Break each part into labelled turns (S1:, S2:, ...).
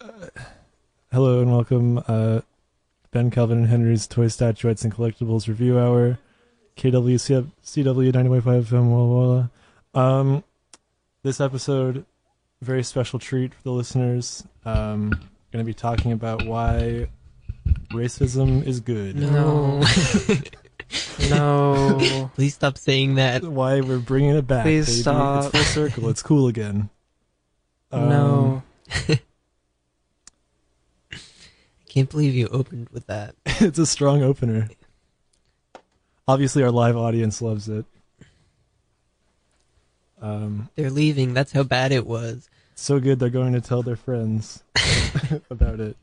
S1: Uh, Hello and welcome, uh, Ben Calvin and Henry's Toy Statuettes and Collectibles Review Hour, KWCW CW 90.5 FM Walla Walla. Um, this episode, very special treat for the listeners. Um, going to be talking about why racism is good.
S2: No.
S3: No.
S2: Please stop saying that.
S1: Why we're bringing it back.
S3: Please
S1: baby.
S3: stop.
S1: It's full circle. It's cool again. Um,
S3: no.
S2: Can't believe you opened with that.
S1: it's a strong opener. Obviously, our live audience loves it. Um,
S2: They're leaving. That's how bad it was.
S1: so good they're going to tell their friends about it.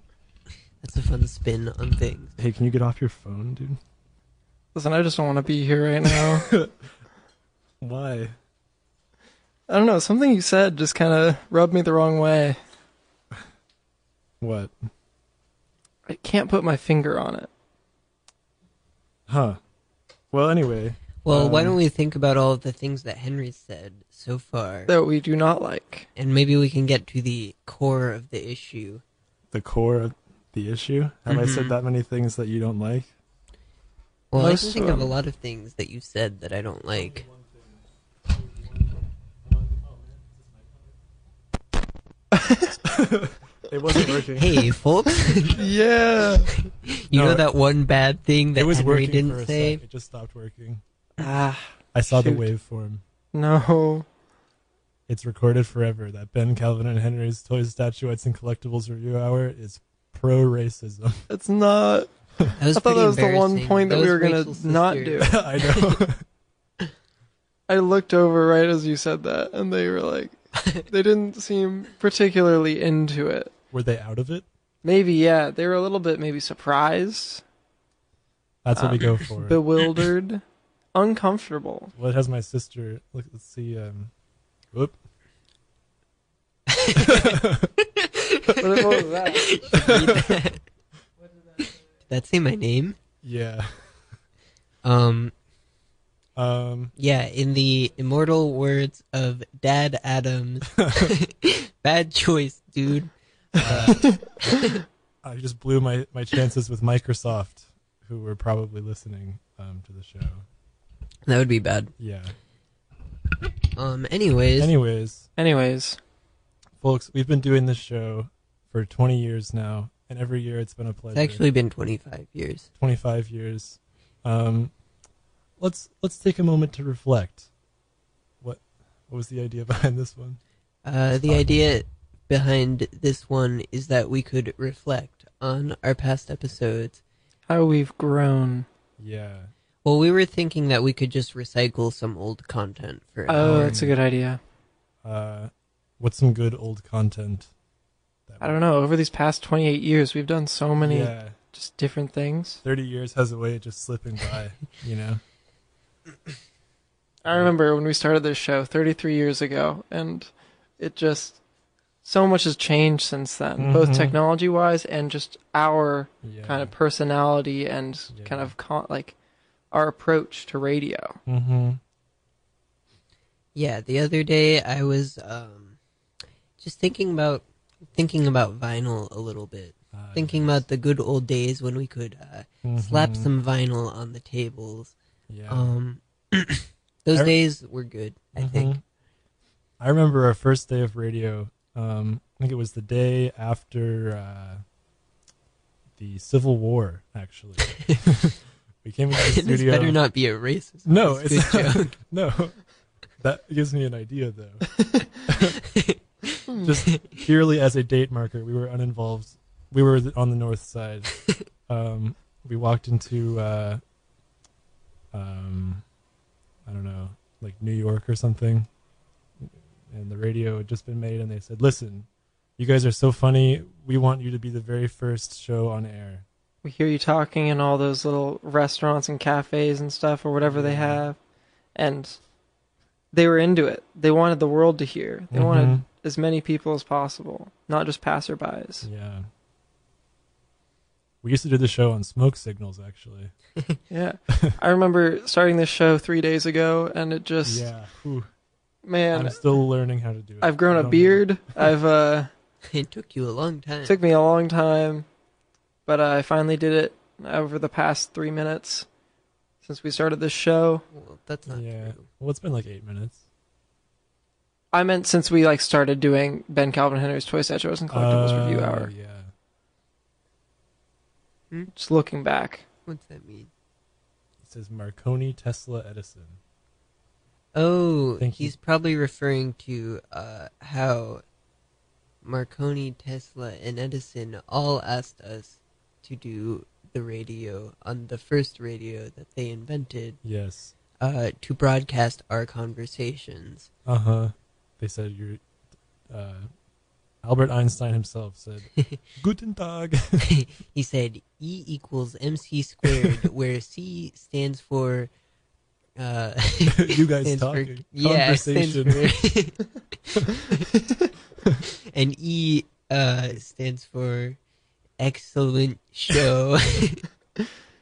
S2: That's a fun spin on things.
S1: Hey, can you get off your phone, dude?
S3: Listen, I just don't want to be here right now.
S1: Why?
S3: I don't know. Something you said just kind of rubbed me the wrong way.
S1: What?
S3: I can't put my finger on it.
S1: Huh? Well, anyway,
S2: Well, why
S1: Um,
S2: don't we think about all of the things that Henry said so far?
S3: That we do not like.
S2: And maybe we can get to the core of the issue.
S1: the core of the issue. Have I said
S2: Mhm.
S1: that many things that you don't like?
S2: Well, I can
S3: Most,
S2: think of a
S3: um,
S2: lot of things that you said that I don't like.
S1: It wasn't working.
S2: Hey, folks,
S3: Yeah.
S2: you
S1: No,
S2: know that one bad thing that
S1: it was
S2: Henry
S1: working for
S2: didn't
S1: a
S2: say?
S1: sec. It just stopped working.
S3: ah,
S1: I saw the
S3: Shoot.
S1: waveform.
S3: no.
S1: It's recorded forever. That Ben Calvin and Henry's Toys, Statuettes, and Collectibles Review Hour is pro racism.
S3: It's not.
S2: That was
S3: I thought
S2: pretty
S3: that was the one
S2: embarrassing.
S3: point that, we
S2: was
S3: were going
S2: Rachel's
S3: to not
S2: sister.
S3: do.
S1: I know.
S3: I looked over right as you said that, and they were like, they didn't seem particularly into it.
S1: Were they out of it?
S3: Maybe, yeah. They were a little bit maybe surprised,
S1: That's what we go
S3: Um,
S1: for.
S3: bewildered, uncomfortable.
S1: What has my sister? Look, let's see. Um, whoop.
S3: What, what was that?
S2: Did that say my name?
S1: Yeah.
S2: Um,
S1: Um,
S2: yeah, in the immortal words of Dad Adams, bad choice, dude. Uh,
S1: I just blew my, my chances with Microsoft, who were probably listening um, to the show.
S2: that would be bad.
S1: Yeah.
S2: Um, anyways,
S1: Anyways,
S3: Anyways,
S1: folks, we've been doing this show for 20 years now, and every year it's been a
S2: it's
S1: pleasure.
S2: actually been 25 years.
S1: 25 years. Um, let's let's take a moment to reflect. What what was the idea behind this one?
S2: Uh, the idea behind this one is that we could reflect on our past episodes.
S3: how we've grown.
S1: Yeah.
S2: Well, we were thinking that we could just recycle some old content for
S3: Oh,
S2: our-
S3: that's a good idea.
S1: Uh, what's some good old content? That
S3: I don't know. Over these past 28 years, we've done so many
S1: Yeah.
S3: just different things.
S1: 30 years has a way of just slipping by, you know?
S3: I remember when we started this show 33 years ago, and it just so much has changed since then, both
S1: Mhm.
S3: technology wise and just our
S1: Yeah.
S3: kind of personality and
S1: Yeah.
S3: kind of con- like our approach to radio.
S1: Mm-hmm.
S2: Yeah, the other day I was um, just thinking about thinking about vinyl a little bit.
S1: Uh,
S2: Thinking about the good old days when we could uh, slap
S1: mhm.
S2: some vinyl on the tables.
S1: Yeah.
S2: Um, those
S1: I-
S2: days were good, I think.
S1: Mhm. I remember our first day of radio. Um, I think it was the day after uh, the Civil War, actually. we came into the studio.
S2: this better not be a racist.
S1: No,
S2: it's
S1: it's
S2: good joke.
S1: No. That gives me an idea, though.
S3: Hmm.
S1: Just purely as a date marker, we were uninvolved. We were th- on the north side. Um, we walked into, uh, um, I don't know, like New York or something. And the radio had just been made, and they said, Listen, you guys are so funny. We want you to be the very first show on air.
S3: We hear you talking in all those little restaurants and cafes and stuff or whatever
S1: Mm-hmm.
S3: they have, and they were into it. They wanted the world to hear. They wanted
S1: Mhm.
S3: as many people as possible, not just passerbys.
S1: Mm-hmm. Yeah. We used to do the show on smoke signals, actually.
S3: Yeah. I remember starting this show three days ago, and it just,
S1: Yeah. Whew.
S3: man,
S1: I'm still learning how to do it.
S3: I've grown
S1: I
S3: a
S1: don't
S3: beard. I've, uh,
S2: It took you a long time.
S3: It took me a long time, but I finally did it over the past three minutes since we started this show.
S2: well, that's not
S1: Yeah.
S2: true.
S1: Well, it's been like eight minutes.
S3: I meant since we like started doing Ben Calvin Henry's Toy Statuettes and Collectibles Review
S1: Oh,
S3: Hour.
S1: Yeah.
S3: Just looking back,
S2: What's that mean?
S1: It says Marconi, Tesla, Edison.
S2: Oh,
S1: Thank you.
S2: he's probably referring to uh, how Marconi, Tesla, and Edison all asked us to do the radio on the first radio that they invented
S1: Yes.
S2: uh, to broadcast our conversations.
S1: Uh huh. They said you're. Uh, Albert Einstein himself said, "Guten Tag."
S2: he said E equals MC squared, where C stands for. Uh,
S1: you guys
S2: stands for-
S1: talking
S2: yeah, stands
S1: conversation.
S2: for- and E uh, stands for excellent show.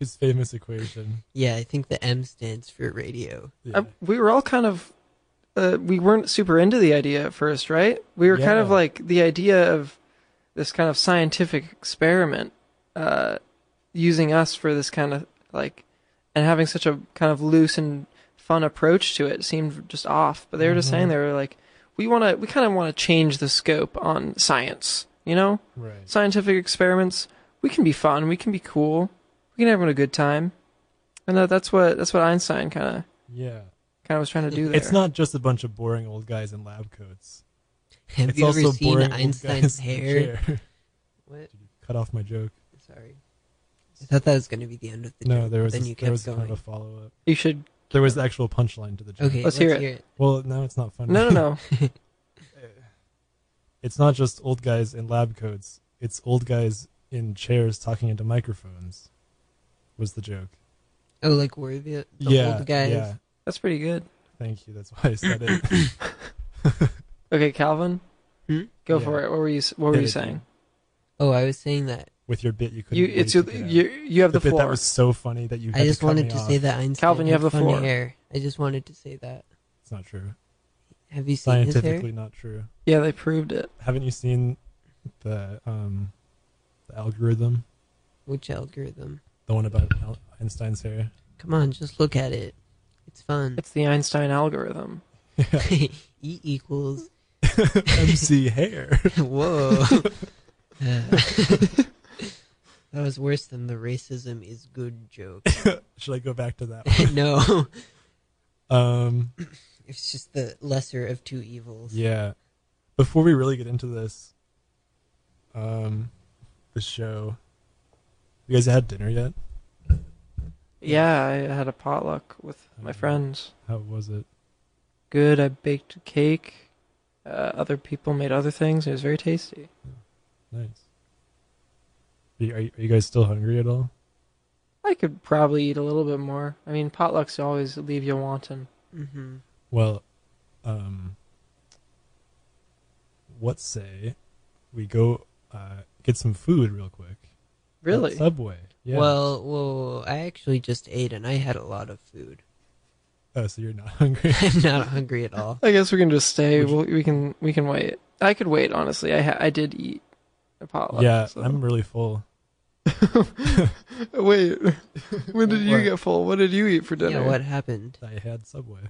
S1: His famous equation.
S2: yeah, I think the M stands for radio.
S1: Yeah.
S3: I, we were all kind of. Uh, we weren't super into the idea at first, right? We were kind of
S1: Yeah.
S3: like the idea of this kind of scientific experiment, uh, using us for this kind of like, and having such a kind of loose and fun approach to it seemed just off. But they were just saying
S1: Mhm.
S3: they were like, we want to, we kind of want to change the scope on science. You know,
S1: right.
S3: scientific experiments, we can be fun, we can be cool, we can have a good time. And uh, that's what that's what Einstein kind of
S1: Yeah.
S3: kind of was trying to do there.
S1: It's not just a bunch of boring old guys in lab coats.
S2: Have
S1: it's
S2: you
S1: also
S2: ever seen
S1: boring old guys
S2: Einstein's
S1: in a
S2: hair?
S1: chair.
S2: What?
S1: Cut off my joke.
S2: Sorry. I thought that was going to be the end of the
S1: No,
S2: joke,
S1: there
S2: but
S1: was
S2: then
S1: a,
S2: you
S1: there
S2: kept
S1: was
S2: going.
S1: kind of a follow up.
S3: You should
S1: There was the actual punchline to the joke.
S2: Okay,
S3: Let's hear it.
S1: Well, now it's not funny.
S3: no no no.
S1: It's not just old guys in lab coats. It's old guys in chairs talking into microphones. Was the joke?
S2: Oh, like were the, the
S1: yeah.
S2: old guys?
S1: Yeah.
S3: That's pretty good.
S1: Thank you. That's why I said it.
S3: Okay, Calvin,
S2: Hmm?
S3: go
S1: Yeah.
S3: for it. What were you s- What were
S1: Hit
S3: you
S1: it,
S3: saying?
S1: dude.
S2: Oh, I was saying that.
S1: With your bit, you couldn't.
S3: You
S1: wait
S3: it's
S1: to
S3: your,
S1: get out.
S3: you you have the,
S1: the, bit
S3: floor.
S1: that was so funny that you. Had
S2: I just
S1: to cut
S2: wanted
S1: me
S2: to
S1: off.
S2: say that Einstein
S3: Calvin, you
S2: had
S3: have the
S2: fun
S3: floor.
S2: hair. I just wanted to say that.
S1: It's not true.
S2: Have you seen his hair?
S1: Scientifically not true.
S3: yeah, they proved it.
S1: Haven't you seen the um the algorithm?
S2: Which algorithm?
S1: The one about Al- Einstein's hair.
S2: Come on, just look at it. It's fun.
S3: It's the Einstein algorithm.
S1: Yeah.
S2: e equals.
S1: MC hair.
S2: Whoa. Uh, that was worse than the racism is good joke.
S1: Should I go back to that? One?
S2: no,
S1: Um,
S2: it's just the lesser of two evils.
S1: yeah. Before we really get into this, um, the show. You guys had dinner yet?
S3: Yeah, I had a potluck with my
S1: Mhm.
S3: friends.
S1: How was it?
S3: Good. I baked a cake. Uh, other people made other things. It was very tasty.
S1: Nice. Are you, are you- are you guys still hungry at all?
S3: I could probably eat a little bit more. I mean, potlucks always leave you wanting.
S2: hmm
S1: Well, um, what say we go uh, get some food real quick? at
S3: Really?
S1: Subway. Yeah.
S2: Well, whoa, whoa, I actually just ate and I had a lot of food.
S1: oh, so you're not hungry.
S2: I'm not hungry at all.
S3: I guess we can just stay.
S1: Would you-
S3: We'll, we can we can wait. I could wait honestly. I ha- I did eat a potluck.
S1: yeah,
S3: so-
S1: I'm really full.
S3: Wait, when did you
S2: What?
S3: get full? What did you eat for dinner?
S2: Yeah, what happened?
S1: I had Subway.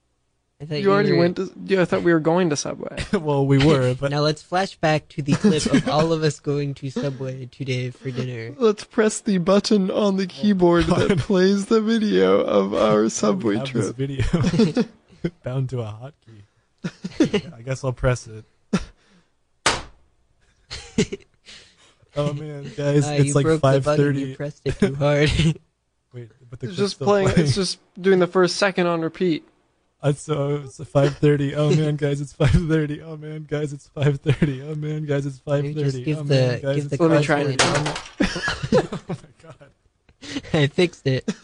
S2: I thought
S3: You already
S2: were-
S3: went to. Yeah, I thought we were going to Subway.
S1: well, we were, but
S2: Now let's flash back to the clip of all of us going to Subway today for dinner.
S3: Let's press the button on the keyboard that plays the video of our
S1: we have this video bound to a hotkey. I guess I'll press it. oh man, guys,
S2: Uh,
S1: it's
S2: you
S1: like
S2: broke the
S1: five
S2: button. You
S1: thirty.
S2: pressed it too hard.
S1: Wait, but the clip's
S3: It's just
S1: still
S3: playing. It's just doing the first second on repeat.
S1: Uh, so it's five thirty. Oh man, guys, it's five thirty. Oh man, guys, it's five thirty. Oh man, guys, it's five
S2: Maybe just
S1: thirty.
S2: give
S1: Oh
S2: the
S1: man, guys,
S2: give the
S1: it's
S3: Let me
S2: console
S3: try
S2: an
S3: it again.
S2: hour.
S1: oh my god.
S2: I fixed it.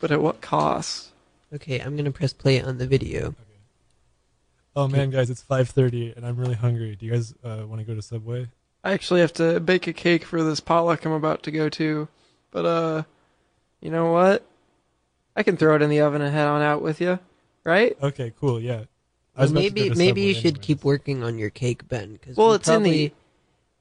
S3: But at what cost?
S2: Okay, I'm gonna press play on the video.
S1: Oh man, guys, it's five thirty, and I'm really hungry. Do you guys uh, want to go to Subway?
S3: I actually have to bake a cake for this potluck I'm about to go to. But uh, you know what? I can throw it in the oven and head on out with you, right?
S1: Okay, cool. Yeah, I I was about to go
S2: maybe
S1: to
S2: maybe you
S1: Subway
S2: should keep
S1: anyways.
S2: working on your cake, Ben. Cause
S3: Well,
S2: we
S3: it's in the-
S2: probably-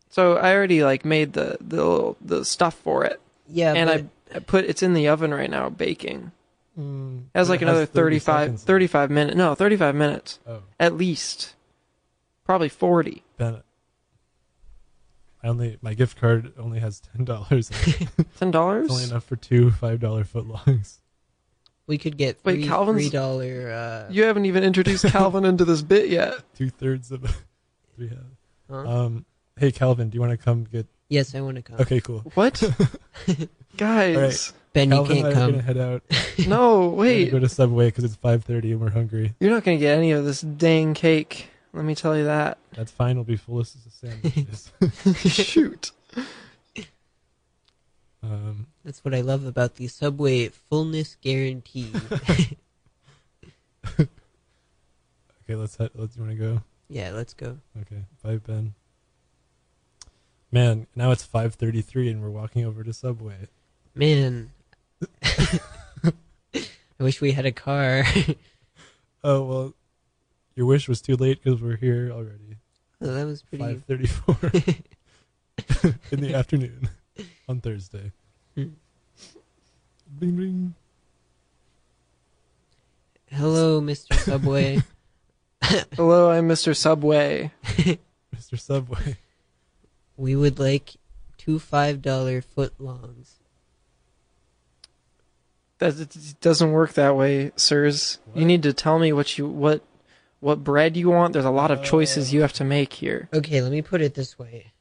S3: So I already like made the the little- the stuff for it,
S2: yeah,
S3: and
S2: but,
S3: I, I put it's in the oven right now baking.
S1: Mm,
S3: It has like
S1: it
S3: another
S1: 30
S3: 35,
S1: seconds.
S3: 35 minutes. No, thirty five minutes
S1: Oh,
S3: at least, probably forty.
S1: Ben, I only my gift card only has ten dollars. it's
S3: Ten
S1: only
S3: dollars.
S1: enough for two five dollar footlongs.
S2: we could get
S3: Wait,
S2: three,
S3: Calvin's-
S2: three dollar. Uh,
S3: You haven't even introduced Calvin into this bit yet.
S1: Two thirds of we have.
S2: huh?
S1: Um, hey Calvin, do you want to come get?
S2: yes, I want to come.
S1: Okay, cool.
S3: What, guys?
S2: Ben,
S1: Calvin
S2: you
S1: and I
S2: can't
S1: are
S2: come.
S1: gonna head out. We're
S3: No,
S1: gonna
S3: wait.
S1: go to Subway because it's five thirty and we're hungry.
S3: You're not gonna get any of this dang cake. Let me tell you that.
S1: That's fine. We'll be full of sandwiches.
S3: Shoot.
S1: um,
S2: That's what I love about the Subway fullness guarantee.
S1: okay, let's head. Let's. You want to go?
S2: yeah, let's go.
S1: Okay, bye, Ben. Man, now it's five thirty-three, and we're walking over to Subway.
S2: Man, I wish we had a car.
S1: Oh well, your wish was too late because we're here already.
S2: Oh, that was pretty.
S1: Five thirty-four in the afternoon on Thursday.
S2: Hmm.
S1: bing bing.
S2: Hello, Mr. Subway.
S3: Hello, I'm Mr. Subway.
S1: Mr. Subway.
S2: we would like two five dollar footlongs.
S3: That it doesn't work that way, sirs. You
S1: What?
S3: need to tell me what you what what bread you want. There's a lot of choices you have to make here.
S2: Okay, let me put it this way.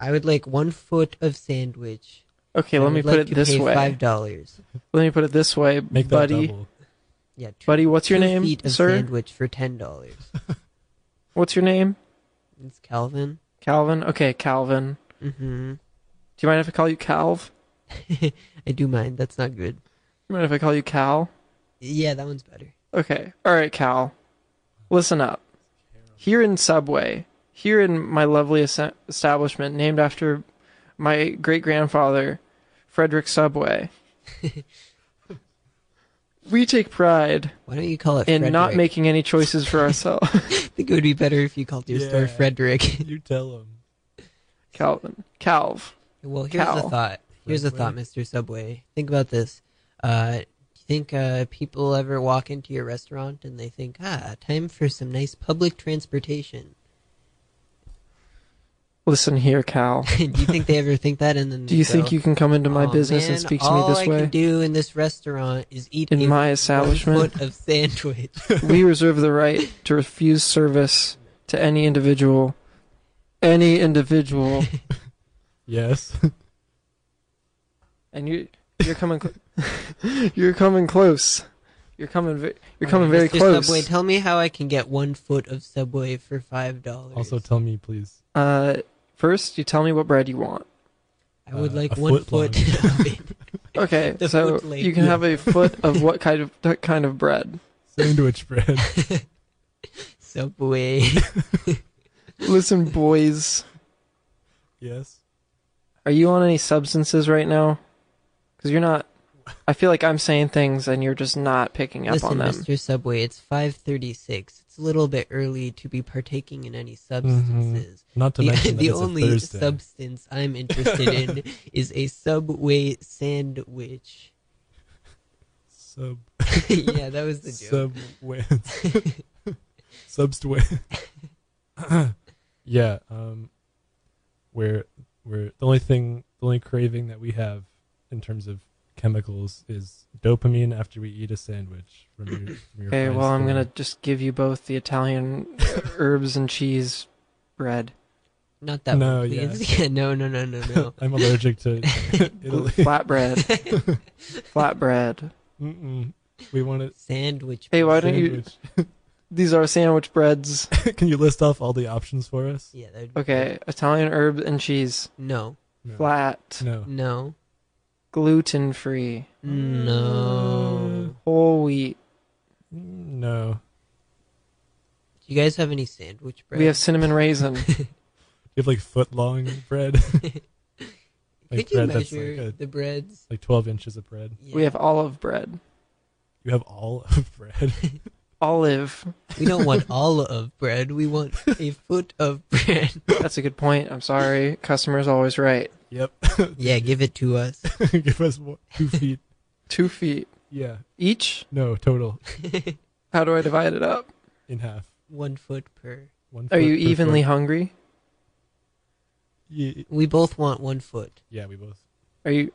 S2: I would like one foot of sandwich.
S3: Okay,
S2: I
S3: let
S2: would
S3: me
S2: like
S3: put it
S2: to
S3: this
S2: pay
S3: way.
S2: Five dollars.
S3: Let me put it this way,
S1: Make that
S3: buddy.
S1: double.
S2: Yeah. Two,
S3: Buddy, what's your
S2: two
S3: name,
S2: feet of
S3: sir?
S2: sandwich for ten dollars.
S3: What's your name?
S2: It's Calvin.
S3: Calvin. Okay, Calvin.
S2: Mm-hmm.
S3: Do you mind if I call you Calv?
S2: I do mind. That's not good.
S3: Do you mind if I call you Cal?
S2: Yeah, that one's better.
S3: Okay. All right, Cal. Listen up. Here in Subway, here in my lovely es- establishment named after my great grandfather, Frederick Subway, we take pride
S2: Why don't you call it?
S3: in
S2: Frederick?
S3: not making any choices for ourselves.
S2: I think it would be better if you called your store
S1: Yeah.
S2: Frederick.
S1: You tell him.
S3: Calvin. Calv.
S2: Well, here's
S3: Cow.
S2: a thought. Here's a
S1: Subway.
S2: thought, Mr. Subway. Think about this. Uh, do you think uh, people ever walk into your restaurant and they think, ah, time for some nice public transportation?
S3: Listen here, Cal.
S2: do you think they ever think that? And then
S3: Do you
S2: they
S3: think
S2: go,
S3: you can come into my
S2: "Aw,
S3: business
S2: man,
S3: and speak to me
S2: all
S3: this
S2: I
S3: way?
S2: can do in this restaurant is eat
S3: In
S2: a
S3: my establishment,
S2: foot of sandwich.
S3: we reserve the right to refuse service to any individual. Any individual.
S1: Yes.
S3: and you you're coming cl- you're coming close you're coming ve- you're coming very
S2: Mr.
S3: close
S2: Subway, tell me how I can get one foot of Subway for five dollars.
S1: also, tell me, please.
S3: uh first you tell me what bread you want
S2: I would
S1: uh,
S2: like
S1: a
S2: one
S1: foot
S2: foot. of it.
S3: okay
S2: The
S3: so
S2: foot lady.
S3: you can have a foot of what kind of what kind of bread
S1: Sandwich bread.
S2: Subway.
S3: listen boys
S1: yes.
S3: are you on any substances right now cuz you're not i feel like i'm saying things and you're just not picking up
S2: Listen,
S3: on them
S2: Mr. Subway, it's 5:36. It's a little bit early to be partaking in any substances.
S1: Not Mm-hmm. to
S2: The,
S1: mention that
S2: the
S1: it's a
S2: only
S1: Thursday.
S2: substance I'm interested in is a Subway sandwich.
S1: sub
S2: yeah, that was the joke.
S1: sub Substance. yeah. Um, we're we're the only thing, the only craving that we have in terms of chemicals is dopamine after we eat a sandwich from your. From your
S3: okay
S1: fine
S3: well i'm
S1: store.
S3: going to just give you both the italian herbs and cheese bread
S2: Not that
S1: No,
S2: one,
S1: yeah.
S2: please. Yeah. no, no, no, no, no.
S1: I'm allergic to Italy.
S3: flatbread flatbread
S1: Mm-mm. We want it.
S2: sandwich.
S3: Hey, why
S2: please.
S3: don't you? These are sandwich breads.
S1: Can you list off all the options for us?
S2: Yeah, that would be
S3: Okay, Italian herb and cheese,
S2: good. No.
S1: No.
S3: flat,
S1: No.
S2: No.
S3: gluten free,
S1: Mm.
S2: No.
S3: whole wheat.
S1: Mm, No.
S2: Do you guys have any sandwich bread?
S3: We have cinnamon raisin.
S1: You have like foot long bread. like
S2: Could you
S1: bread that's
S2: measure
S1: like a-
S2: the breads?
S1: like 12 inches of bread.
S3: We
S2: Yeah.
S3: have olive bread.
S1: You have all of bread.
S3: olive.
S2: We don't want all of bread. We want a foot of bread.
S3: That's a good point. I'm sorry. Customer's always right.
S1: Yep.
S2: Yeah, give it to us.
S1: Give us one, two feet.
S3: Two feet
S1: Yeah.
S3: each.
S1: No, total
S3: How do I divide it up?
S1: in half.
S2: One foot per.
S1: One
S3: Are
S1: foot
S3: you
S1: per foot.
S3: evenly hungry?
S1: Ye-
S2: We both want one foot.
S1: Yeah, we both.
S3: Are you?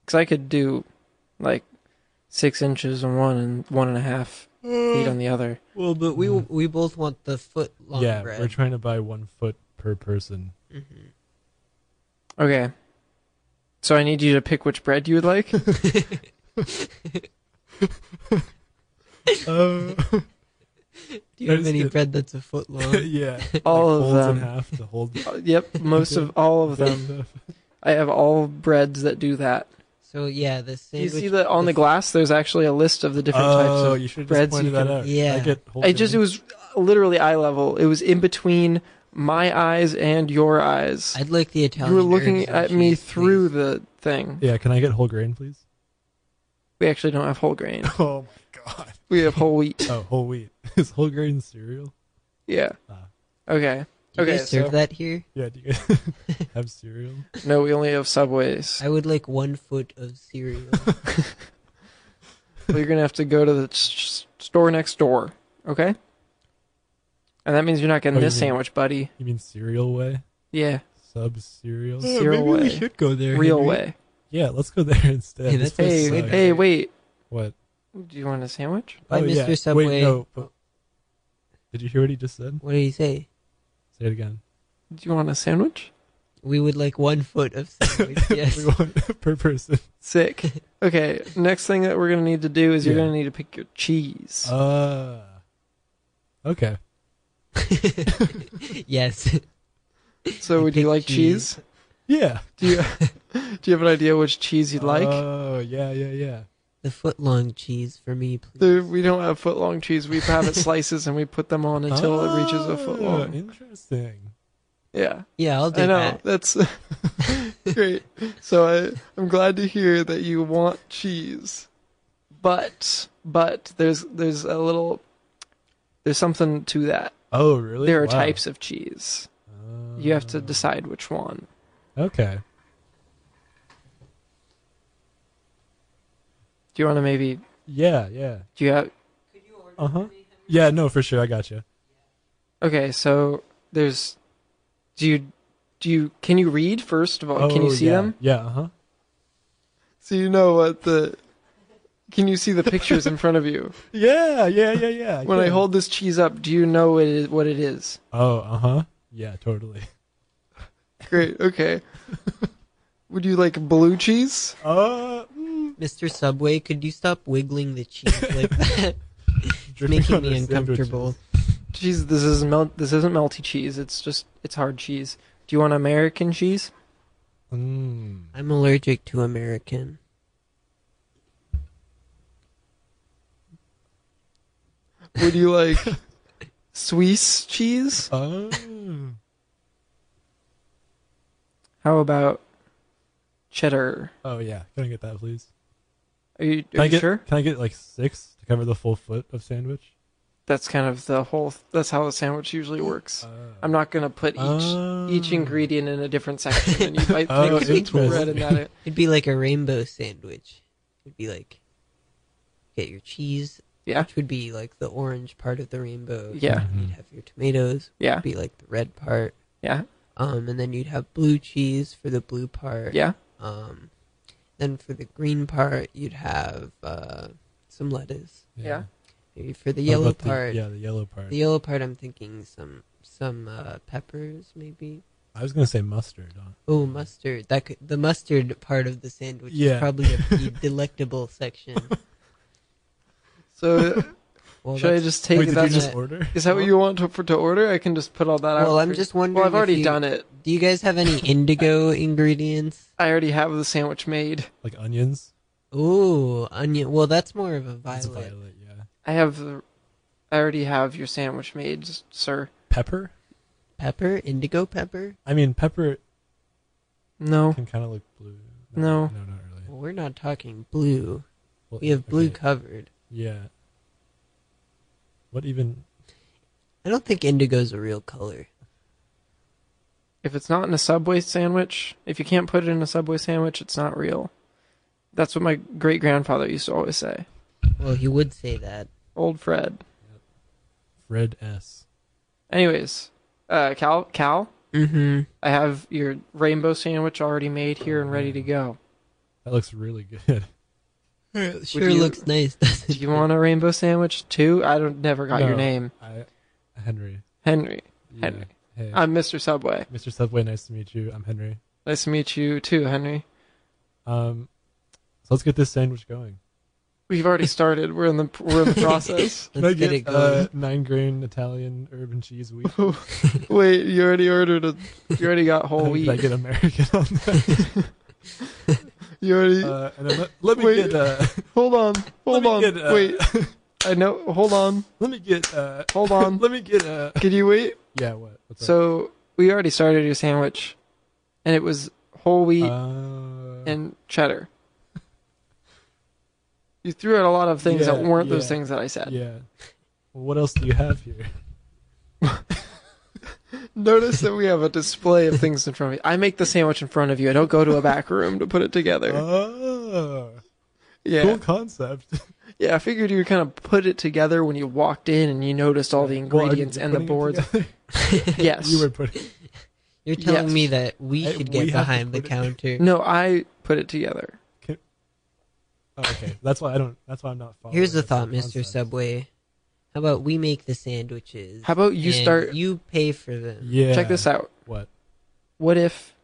S3: Because I could do like six inches on one and one and a half feet on the other.
S2: Well, but we
S1: Mm.
S2: we both want the foot long
S1: yeah,
S2: bread.
S1: we're trying to buy one foot per person.
S2: Mhm.
S3: Okay. So I need you to pick which bread you would like.
S1: Uh,
S2: Do you have
S1: That's
S2: any
S1: good.
S2: bread that's a foot long?
S1: yeah,
S3: All
S1: like
S3: of
S1: folds in
S3: them.
S1: half to hold
S3: Uh, Yep, most of all of them. I have all breads that do that.
S2: so yeah, the
S3: you
S2: sandwich.
S3: see that on the glass? There's actually a list of the different
S1: oh,
S3: types
S1: you should have just
S3: breads
S1: pointed
S3: you
S1: that
S3: can-
S1: out.
S2: Yeah.
S1: I get hold
S3: of. I just it was literally eye level. It was in between my eyes and your eyes.
S2: I'd like the Italian.
S3: you were looking
S2: herbs and
S3: at me
S2: cheese,
S3: through
S2: please.
S3: the thing.
S1: yeah. Can I get whole grain, please?
S3: We actually don't have whole grain.
S1: Oh my god.
S3: We have whole wheat.
S1: Oh, whole wheat is whole grain cereal.
S3: Yeah.
S2: Uh.
S1: Ah.
S3: Okay.
S2: Do you
S3: Okay,
S2: guys serve
S3: so-
S2: that here?
S1: Yeah, do you guys have cereal?
S3: No, we only have subways.
S2: I would like one foot of cereal.
S3: Well, you're gonna have to go to the s- s- store next door. Okay. And that means you're not getting
S1: Oh, you
S3: this
S1: mean-
S3: sandwich, buddy.
S1: You mean cereal way?
S3: Yeah,
S1: Sub cereal?
S3: Yeah, Cereal maybe we way.
S1: should go there.
S3: real way.
S1: Yeah, let's go there instead.
S2: Hey,
S1: This
S2: that's
S1: place
S3: Hey,
S2: way
S1: sucks.
S2: better.
S3: hey, wait.
S1: What? Oh,
S3: Do you want a sandwich?
S2: Bye, Mr. Subway.
S1: Wait, no. But... Did you hear what he just said?
S2: what do you say?
S1: Say it again.
S3: Do you want a sandwich?
S2: We would like one foot of sandwich. Yes.
S1: We want per person.
S3: Sick. Okay. Next thing that we're gonna need to do is you're
S1: Yeah.
S3: gonna need to pick your cheese.
S1: Uh, okay.
S2: yes.
S3: so, would you
S2: pick
S3: like cheese?
S2: cheese.
S1: Yeah.
S3: Do you do you have an idea which cheese you'd
S2: Uh,
S3: like?
S1: Oh, yeah, yeah, yeah.
S2: The foot long cheese for me, please.
S3: Dude, we don't have foot long cheese. We have it slices and we put them on until it reaches a foot
S1: Oh,
S2: Uh,
S3: long.
S1: Interesting.
S3: Yeah.
S2: yeah, I'll do
S3: I know
S2: that.
S3: that's great. So I, I'm glad to hear that you want cheese, but but there's there's a little there's something to that.
S1: Oh, really?
S3: There are
S1: Wow.
S3: types of cheese.
S1: Oh.
S3: You have to decide which one.
S1: Okay.
S3: Do you want to maybe?
S1: Yeah, yeah.
S3: Do you have?
S1: Uh huh. Yeah, no, for sure. I got you.
S3: Okay, so there's. Do you? Do you? Can you read first of all? can you see
S1: yeah.
S3: them?
S1: Yeah. Uh huh.
S3: Oh, So you know what the. Can you see the pictures in front of you?
S1: Yeah, yeah, yeah, yeah.
S3: When I
S1: yeah.
S3: hold this cheese up, do you know what it is, what it is?
S1: Oh, uh huh. Yeah, totally.
S3: Great. Okay. Would you like blue cheese?
S1: Uh, mm,
S2: Mr. Subway, could you stop wiggling the cheese like that? It's
S1: dripping
S2: making
S1: on
S2: me
S1: our sandwiches.
S2: uncomfortable.
S3: Cheese. This is melt. This isn't melty cheese. It's just it's hard cheese. Do you want American cheese?
S1: Mm.
S2: I'm allergic to American.
S3: Would you like Swiss cheese?
S1: Oh.
S3: How about cheddar?
S1: oh yeah. Can I get that, please?
S3: Are you,
S1: Can
S3: are
S1: I
S3: you
S1: get?
S3: sure?
S1: Can I get like six to cover the full foot of sandwich?
S3: That's kind of the whole. That's how the sandwich usually works. I'm not gonna put each
S1: Uh,
S3: each ingredient in a different section, and you might
S1: Oh,
S3: think oh, bread and that.
S2: It'd be like a rainbow sandwich. It'd be like get your cheese,
S3: Yeah,
S2: which would be like the orange part of the rainbow.
S3: Yeah.
S2: You'd have your tomatoes,
S3: yeah,
S2: would be like the red part.
S3: yeah,
S2: Um, and then you'd have blue cheese for the blue part.
S3: yeah.
S2: Um, then for the green part, you'd have uh, some lettuce.
S3: yeah.
S2: Maybe for the
S1: How
S2: yellow
S1: about Oh, the-
S2: part,
S1: yeah, the yellow part.
S2: the yellow part, I'm thinking some some uh, peppers, maybe.
S1: I was gonna say mustard. huh?
S2: Oh, mustard! That could, the mustard part of the sandwich
S1: Yeah.
S2: is probably a pretty delectable section.
S3: So
S2: Well,
S3: should I
S2: that's-
S3: just
S1: Wait,
S3: take
S1: did
S3: that?
S1: you just
S2: it.
S1: order?
S3: Is that what you want to, for, to order? I can just put all that out.
S2: well, I'm
S3: for-
S2: just wondering.
S3: Well, I've already done
S2: it.
S3: it.
S2: Do you guys have any indigo ingredients?
S3: I already have the sandwich made.
S1: Like onions?
S2: Ooh, onion. Well, that's more of a violet.
S1: It's violet. Yeah.
S3: I have the. I already have your sandwich made, s- sir.
S1: Pepper?
S2: Pepper, indigo pepper.
S1: I mean, pepper
S3: No.
S1: can kind of look blue. No,
S3: No.
S1: not really.
S2: Well, we're not talking blue.
S1: Well,
S2: We have blue
S1: okay,
S2: covered.
S1: Yeah. What even?
S2: I don't think indigo's a real color.
S3: If it's not in a Subway sandwich, if you can't put it in a Subway sandwich, it's not real. That's what my great grandfather used to always say.
S2: Well, he would say that.
S3: Old Fred.
S1: Fred S.
S3: Anyways, uh, Cal, Cal,
S2: Mm-hmm.
S3: I have your rainbow sandwich already made here and ready to go.
S1: That looks really good.
S2: It sure
S3: you-
S2: looks nice, doesn't
S3: Do you want a rainbow sandwich too? I don't never got
S1: No.
S3: your name,
S1: I, Henry.
S3: Henry.
S1: Yeah.
S3: Henry.
S1: Hey,
S3: I'm Mr. Subway.
S1: Mr. Subway. Nice to meet you. I'm Henry.
S3: Nice to meet you too, Henry.
S1: Um, so let's get this sandwich going.
S3: We've already started. We're in the we're in the process.
S2: it?
S1: Can I
S2: Let's get
S1: get,
S2: it going.
S1: uh, nine grain Italian herb and cheese wheat?
S3: Wait, you already ordered a. You already got whole
S1: Did I
S3: wheat.
S1: get American on that?
S3: You already.
S1: Uh, and then let, let me
S3: Wait.
S1: get. Uh,
S3: hold on. Hold
S1: me
S3: on.
S1: get, uh,
S3: Wait. I know. Hold on.
S1: let me get. Uh,
S3: Hold on.
S1: let me get. Uh,
S3: Could you wait?
S1: yeah. What? What's up?
S3: So we already started your sandwich, and it was whole wheat
S1: Uh,
S3: and cheddar. You threw out a lot of things that
S1: Yeah,
S3: weren't those
S1: yeah,
S3: things that I said.
S1: yeah. Well, what else do you have here?
S3: Notice that we have a display of things in front of you. I make the sandwich in front of you. I don't go to a back room to put it together.
S1: Oh,
S3: yeah.
S1: cool concept.
S3: Yeah, I figured you would kind of put it together when you walked in and you noticed all the
S1: Well, are you
S3: ingredients and the
S1: putting it
S3: boards.
S1: together?
S3: Yes.
S1: You were putting.
S2: You're telling
S3: Yes.
S2: me that we
S1: Hey,
S2: should get
S1: we have to
S2: behind the
S1: put it-
S2: counter.
S3: No, I put it together.
S1: Oh, okay, that's why I don't. That's why I'm not following.
S2: Here's the
S1: that
S2: thought,
S1: concept.
S2: Mr. Subway. How about we make the sandwiches?
S3: How about you
S2: and
S3: start?
S2: You pay for them.
S1: Yeah.
S3: Check this out.
S1: What?
S3: What if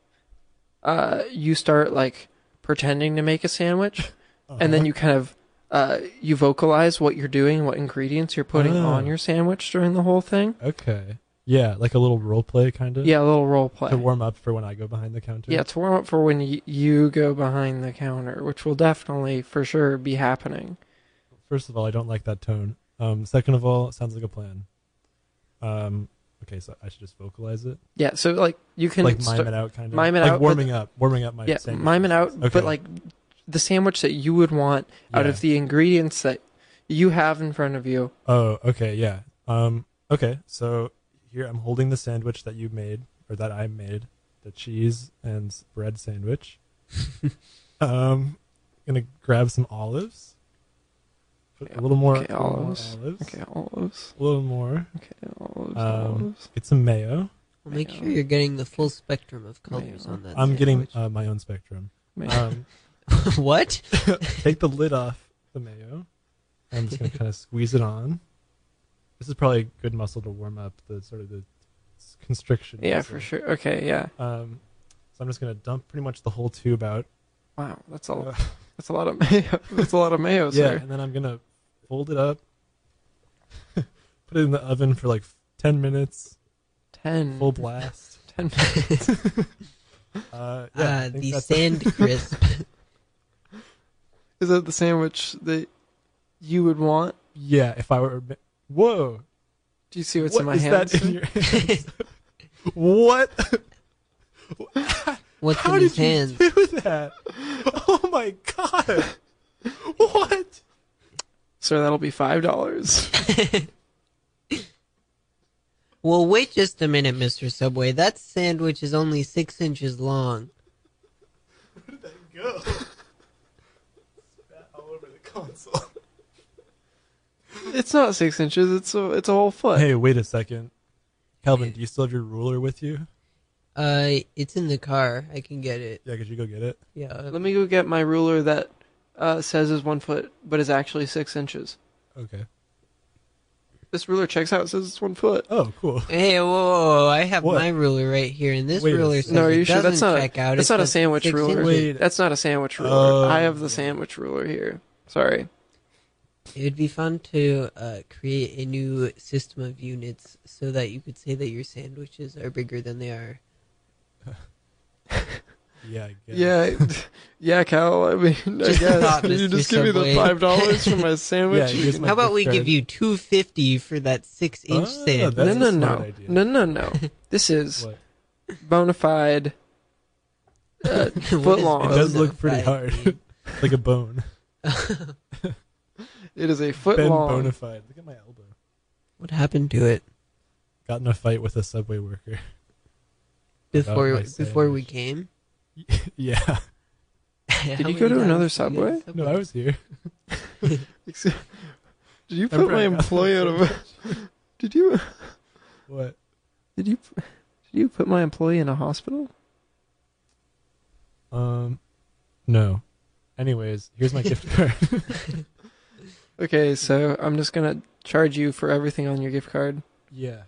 S3: uh, you start like pretending to make a sandwich
S1: Oh,
S3: and
S1: Uh-huh.
S3: then you kind of uh, you vocalize what you're doing, what ingredients you're putting
S1: Oh.
S3: on your sandwich during the whole thing.
S1: Okay. Yeah, like a little role play kind of.
S3: Yeah, a little role play.
S1: To warm up for when I go behind the counter.
S3: yeah, to warm up for when y- you go behind the counter, which will definitely for sure be happening.
S1: First of all, I don't like that tone. Um, second of all, it sounds like a plan. Um, okay, so I should just vocalize it,
S3: Yeah, so like you can
S1: like
S3: sta-
S1: mime it out, kind of.
S3: mime it
S1: like
S3: out, but-
S1: warming up, warming up my.
S3: yeah,
S1: sandwich.
S3: mime it out,
S1: Okay.
S3: but like the sandwich that you would want out
S1: Yeah.
S3: of the ingredients that you have in front of you.
S1: Oh, okay, yeah. Um, okay, so here I'm holding the sandwich that you made, or that I made, the cheese and s- bread sandwich. um, gonna grab some olives. Put a little more, a
S3: Okay,
S1: little more
S3: olives.
S1: olives.
S3: Okay, olives.
S1: A little more.
S3: Okay,
S1: Um,
S3: olives. olives.
S1: Get some mayo.
S2: Well, make
S3: Yeah.
S2: sure you're getting the full spectrum of colors
S3: Yeah.
S2: on that.
S1: I'm getting
S2: sandwich.
S1: uh, my own spectrum.
S3: Maybe.
S1: Um,
S2: what?
S1: take the lid off the mayo. I'm just gonna kind of squeeze it on. This is probably a good muscle to warm up the sort of the s- constriction.
S3: yeah,
S1: muscle.
S3: for sure. Okay, yeah.
S1: Um, so I'm just gonna dump pretty much the whole tube out.
S3: Wow, that's a
S1: Uh,
S3: That's a lot of mayo. Oh, That's a lot of mayo,
S1: yeah,
S3: sir.
S1: and then I'm gonna fold it up, put it in the oven for like ten minutes,
S2: Mm.
S3: Ten.
S1: full blast.
S3: Ten.
S1: Uh, yeah, I
S2: Uh,
S1: think
S2: the
S1: that's-
S2: sand crisp.
S3: Is that the sandwich that you would want?
S1: yeah. If I were, ma- whoa,
S3: Do you see what's
S1: What
S3: in my
S1: is
S3: hands?
S1: that in your hands? what?
S2: What's
S1: How
S2: in
S1: did
S2: his
S1: you
S2: hands?
S1: do that? Oh my god! What?
S3: Sir, that'll be five dollars.
S2: Well, wait just a minute, Mr. Subway. That sandwich is only six inches long.
S1: Go. Spat all over the console.
S3: it's not six inches. It's a it's a whole foot.
S1: Hey, wait a second, Calvin. Do you still have your ruler with you?
S2: Uh, it's in the car. I can get it.
S1: Yeah, could you go get it?
S2: Yeah.
S3: Let me go get my ruler that uh, says is one foot, but is actually six inches.
S1: Okay.
S3: This ruler checks out. It says it's one foot.
S1: Oh, cool.
S2: Hey, whoa, whoa, whoa, I have
S1: What?
S2: my ruler right here, and this
S1: Wait a
S2: ruler
S1: sec-
S2: says
S3: No, are
S2: it
S3: you sure?
S2: doesn't
S3: That's not a-
S2: check out.
S3: That's
S2: it
S3: not a
S2: says
S3: sandwich
S2: six
S3: ruler.
S2: inches.
S1: Wait.
S3: That's not a sandwich ruler.
S1: Oh.
S3: I have the sandwich ruler here. Sorry.
S2: It would be fun to uh, create a new system of units so that you could say that your sandwiches are bigger than they are.
S1: Yeah. I guess.
S3: Yeah, yeah, Cal. I mean, I
S2: Just
S3: guess
S2: thought,
S3: you
S2: Mr.
S3: just give me the
S2: Subway.
S3: five dollars for my sandwich.
S1: here's my
S2: How about we
S1: gift
S2: give
S1: card.
S2: you two fifty for that six inch
S1: Ah,
S2: sandwich?
S1: That's
S3: no,
S1: a
S3: no, no,
S1: smart idea.
S3: no, no, no. This is
S1: What?
S3: bona fide. Uh,
S2: What
S3: foot
S2: is
S3: long. It
S1: does
S2: bona
S1: look pretty
S2: fide
S1: hard.
S2: mean?
S1: Like a bone.
S3: it is a foot
S1: ben
S3: long.
S1: bona fide. Look at my elbow.
S2: What happened to it
S1: Got in a fight with a subway worker. About
S2: before
S1: my
S2: before we
S1: sandwich.
S2: came?
S1: yeah.
S2: Did
S3: you go to another Subway?
S1: No, I was here.
S3: Did you
S1: put my employee out of
S3: Did you
S1: What?
S3: did you did you put my employee in a hospital?
S1: Um, no. Anyways, here's my gift card.
S3: Okay, so I'm just gonna charge you for everything on your gift card.
S1: Yeah.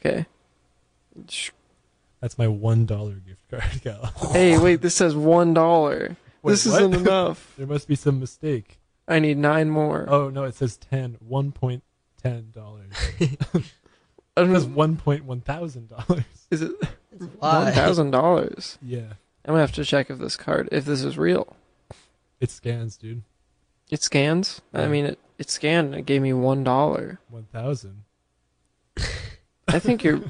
S3: Okay.
S1: That's my one dollar gift card, Cal.
S3: Hey, wait, this says one dollar.
S1: Wait,
S3: This
S1: what?
S3: isn't enough.
S1: There must be some mistake.
S3: I need nine more.
S1: Oh no, it says ten. One point ten dollars.
S3: I
S1: It
S3: don't
S1: was
S3: know.
S1: one point one thousand dollars.
S3: Is it one
S2: Why?
S3: thousand dollars?
S1: Yeah.
S3: I'm gonna have to check if this card, if this is real.
S1: It scans, dude.
S3: It scans. I
S1: Yeah.
S3: mean, it it scanned. and It gave me one dollar.
S1: One thousand.
S3: I think you're.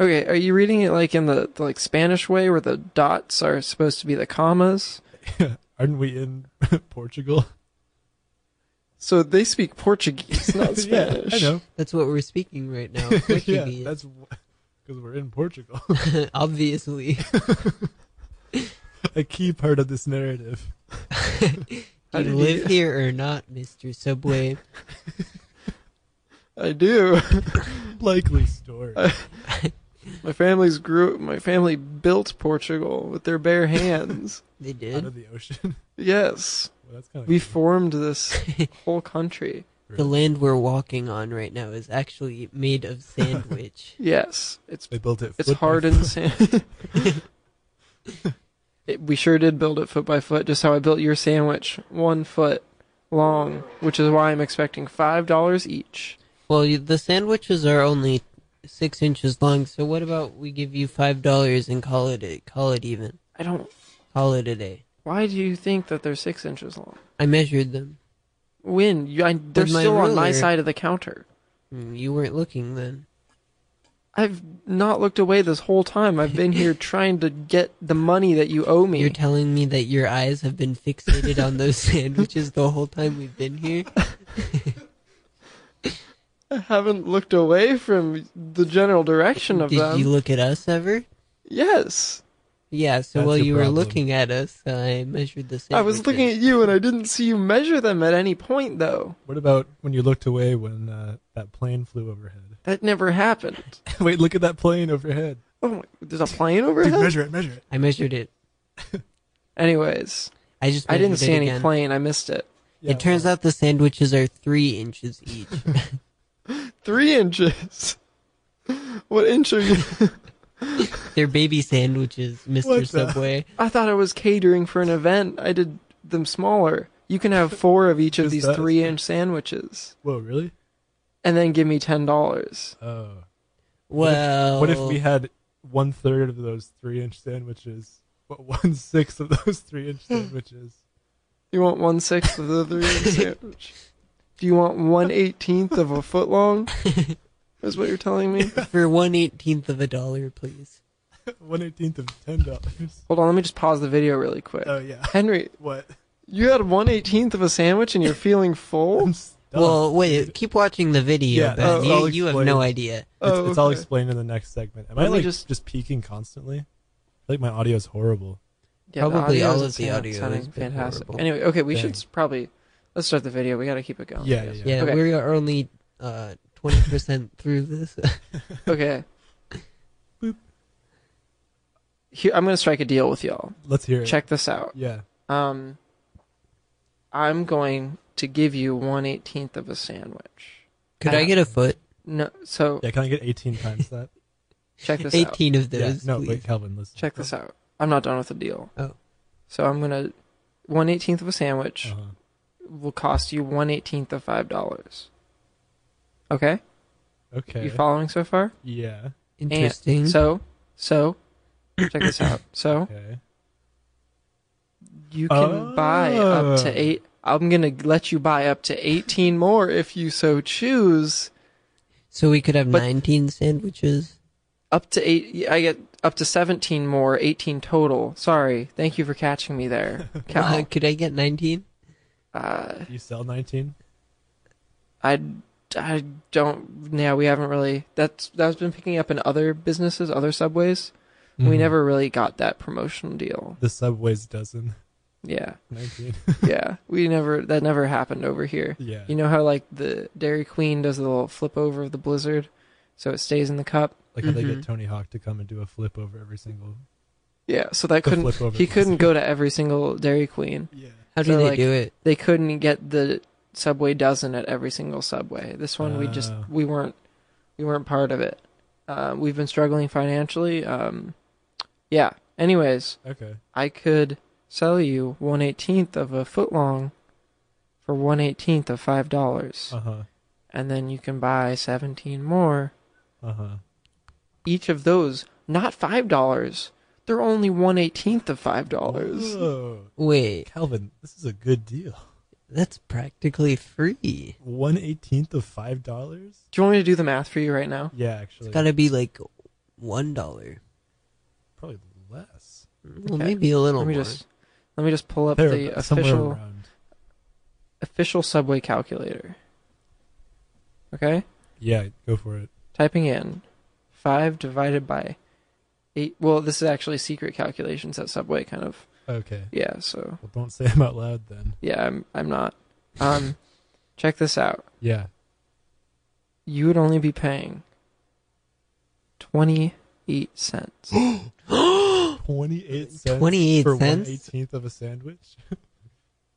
S3: Okay, are you reading it like in the, the like Spanish way, where the dots are supposed to be the commas?
S1: Aren't we in Portugal?
S3: So they speak Portuguese, not Spanish.
S1: yeah, I know.
S2: That's what we're speaking right now.
S1: yeah,
S2: Portuguese.
S1: that's because we're in Portugal.
S2: Obviously.
S1: A key part of this narrative.
S3: How
S2: Do
S3: did
S2: you
S3: you
S2: live
S3: get-
S2: here or not, Mr. Subway?
S3: I do.
S1: Likely story.
S3: My family's grew. My family built Portugal with their bare hands.
S2: They
S1: out
S2: did.
S1: of the ocean.
S3: yes,
S1: Well, that's kind of
S3: we formed this whole country.
S2: The land we're walking on right now is actually made of sandwich.
S3: Yes, it's
S1: They built it.
S3: It's
S1: foot by
S3: hardened
S1: foot.
S3: sand. it, we sure did build it foot by foot, just how I built your sandwich, one foot long, which is why I'm expecting five dollars each.
S2: well, you, the sandwiches are only six inches long, so what about we give you five dollars and call it a, call it even,
S3: I don't.
S2: call it a day?
S3: Why do you think that they're six inches long?
S2: I measured them.
S3: When you, I, they're
S2: With my
S3: still on my
S2: ruler.
S3: side of the counter.
S2: Mm, You weren't looking then.
S3: I've not looked away this whole time. I've been here trying to get the money that you owe me.
S2: You're telling me that your eyes have been fixated on those sandwiches the whole time we've been here.
S3: I haven't looked away from the general direction of
S2: Did
S3: them.
S2: you look at us ever?
S3: yes,
S2: Yeah. So
S1: That's
S2: while
S1: your
S2: you
S1: problem.
S2: were looking at us, uh, I measured the sandwiches.
S3: I was looking at you, and I didn't see you measure them at any point, though.
S1: What about when you looked away when uh, that plane flew overhead?
S3: That never happened.
S1: Wait, look at that plane overhead.
S3: Oh my, there's a plane
S1: Dude,
S3: overhead?
S1: measure it, measure it.
S2: I measured it.
S3: Anyways,
S2: I just.
S3: I didn't
S2: measured
S3: see
S2: it
S3: any
S2: again.
S3: plane. I missed it.
S1: Yeah,
S2: it turns
S1: well,
S2: out the sandwiches are three inches each.
S3: Three inches. What inch are you?
S2: They're baby sandwiches, Mr.
S1: What the-
S2: Subway.
S3: I thought I was catering for an event. I did them smaller. You can have four of each of
S1: Just
S3: these
S1: that.
S3: three inch sandwiches
S1: Whoa, really?
S3: and then give me $10.
S1: Oh.
S2: Well,
S1: What if
S3: Oh.
S1: we had one third of those three inch sandwiches, but one sixth of those three inch sandwiches?
S3: You want one sixth of the three inch sandwich? Do you want one eighteenth of a foot long? Is what you're telling me?
S2: for one eighteenth of a dollar, please?
S1: one eighteenth of ten dollars.
S3: Hold on, let me just pause the video really quick.
S1: Oh yeah.
S3: Henry,
S1: What?
S3: you had one eighteenth of a sandwich and you're feeling full?
S1: I'm stuck.
S3: oh,
S2: well, wait. Keep watching the video,
S1: Yeah,
S2: Ben.
S1: I'll-
S2: you,
S1: I'll
S2: you have
S1: explain.
S2: no idea.
S1: It's,
S3: Oh,
S1: it's all
S3: okay.
S1: explained in the next segment. Am
S3: Let
S1: I
S3: me
S1: like
S3: just-
S1: just... peaking constantly? I feel like my audio is horrible.
S3: Yeah, the
S2: Probably
S3: audio is
S2: all of the
S3: sound-
S2: audio
S3: sounding
S2: has been
S3: fantastic.
S2: horrible.
S3: Anyway, okay, we should
S1: Dang.
S3: s- probably let's start the video. We got to keep it going. I
S1: Yeah,
S3: guess.
S1: yeah,
S2: Yeah,
S3: Okay.
S2: we are only uh twenty percent through this.
S3: okay.
S1: Boop.
S3: Here, I'm gonna strike a deal with y'all.
S1: Let's hear it.
S3: Check this out.
S1: Yeah.
S3: Um, I'm going to give you one eighteenth of a sandwich.
S2: Could I get a foot?
S3: No, so
S1: Yeah. Can I get eighteen times that?
S3: check this out.
S2: Eighteen of
S1: yeah.
S2: those,
S1: No,
S2: please.
S1: wait, Calvin. Listen.
S3: Check this out. I'm not done with the deal.
S2: Oh.
S3: So I'm gonna one eighteenth of a sandwich
S1: Uh-huh.
S3: will cost you one eighteenth of five dollars. Okay,
S1: Okay.
S3: you following so far?
S1: Yeah.
S2: Interesting.
S3: So, so, check this out. So,
S1: Okay.
S3: you can buy up
S1: Oh.
S3: to eight. I'm gonna let you buy up to 18 more if you so choose.
S2: So we could have
S3: But-
S2: 19 sandwiches.
S3: Up to eight. I get up to 17 more, 18 total. Sorry. Thank you for catching me there,
S2: Uh,
S3: Cal.
S2: could I get 19?
S3: uh,
S1: You sell nineteen.
S3: I I don't. Yeah, we haven't really. That's that's been picking up in other businesses, other subways. We
S1: Mhm.
S3: never really got that promotional deal.
S1: The subways dozen.
S3: Yeah,
S1: 19.
S3: yeah. we never. That never happened over here.
S1: yeah.
S3: You know how like the Dairy Queen does the little flip over of the blizzard, so it stays in the cup.
S1: like how they
S2: Mhm.
S1: get Tony Hawk to come and do a flip over every single.
S3: Yeah, so that
S1: The
S3: couldn't.
S1: flip over
S3: He
S1: blizzard.
S3: couldn't go to every single Dairy Queen.
S1: Yeah.
S2: How do
S3: So,
S2: they
S3: like,
S2: do it?
S3: They couldn't get the Subway dozen at every single Subway. This one we just
S1: Oh.
S3: we weren't we weren't part of it. Uh, we've been struggling financially. Um, yeah. Anyways,
S1: Okay.
S3: I could sell you one eighteenth of a foot long for one eighteenth of five dollars,
S1: Uh huh.
S3: and then you can buy seventeen more.
S1: Uh huh.
S3: Each of those, not five dollars. They're only one eighteenth of five dollars.
S1: Whoa.
S2: Wait,
S1: Calvin, this is a good deal.
S2: that's practically free.
S1: One eighteenth of five dollars.
S3: Do you want me to do the math for you right now?
S1: Yeah,
S2: It's
S1: actually,
S2: got to be like one dollar.
S1: probably less.
S2: Well,
S3: Okay.
S2: maybe a little
S3: Let me
S2: more.
S3: just let me just pull up
S1: There,
S3: the
S1: somewhere
S3: official
S1: around.
S3: official subway calculator. Okay?
S1: Yeah, go for it.
S3: Typing in five divided by eight well, this is actually secret calculations at Subway kind of
S1: Okay.
S3: yeah, so
S1: Well, don't say them out loud then.
S3: Yeah, I'm I'm not. Um check this out.
S1: Yeah.
S3: You would only be paying 28 cents.
S1: Twenty-eight cents.
S2: 28
S1: for one
S2: cents?
S1: eighteenth of a sandwich.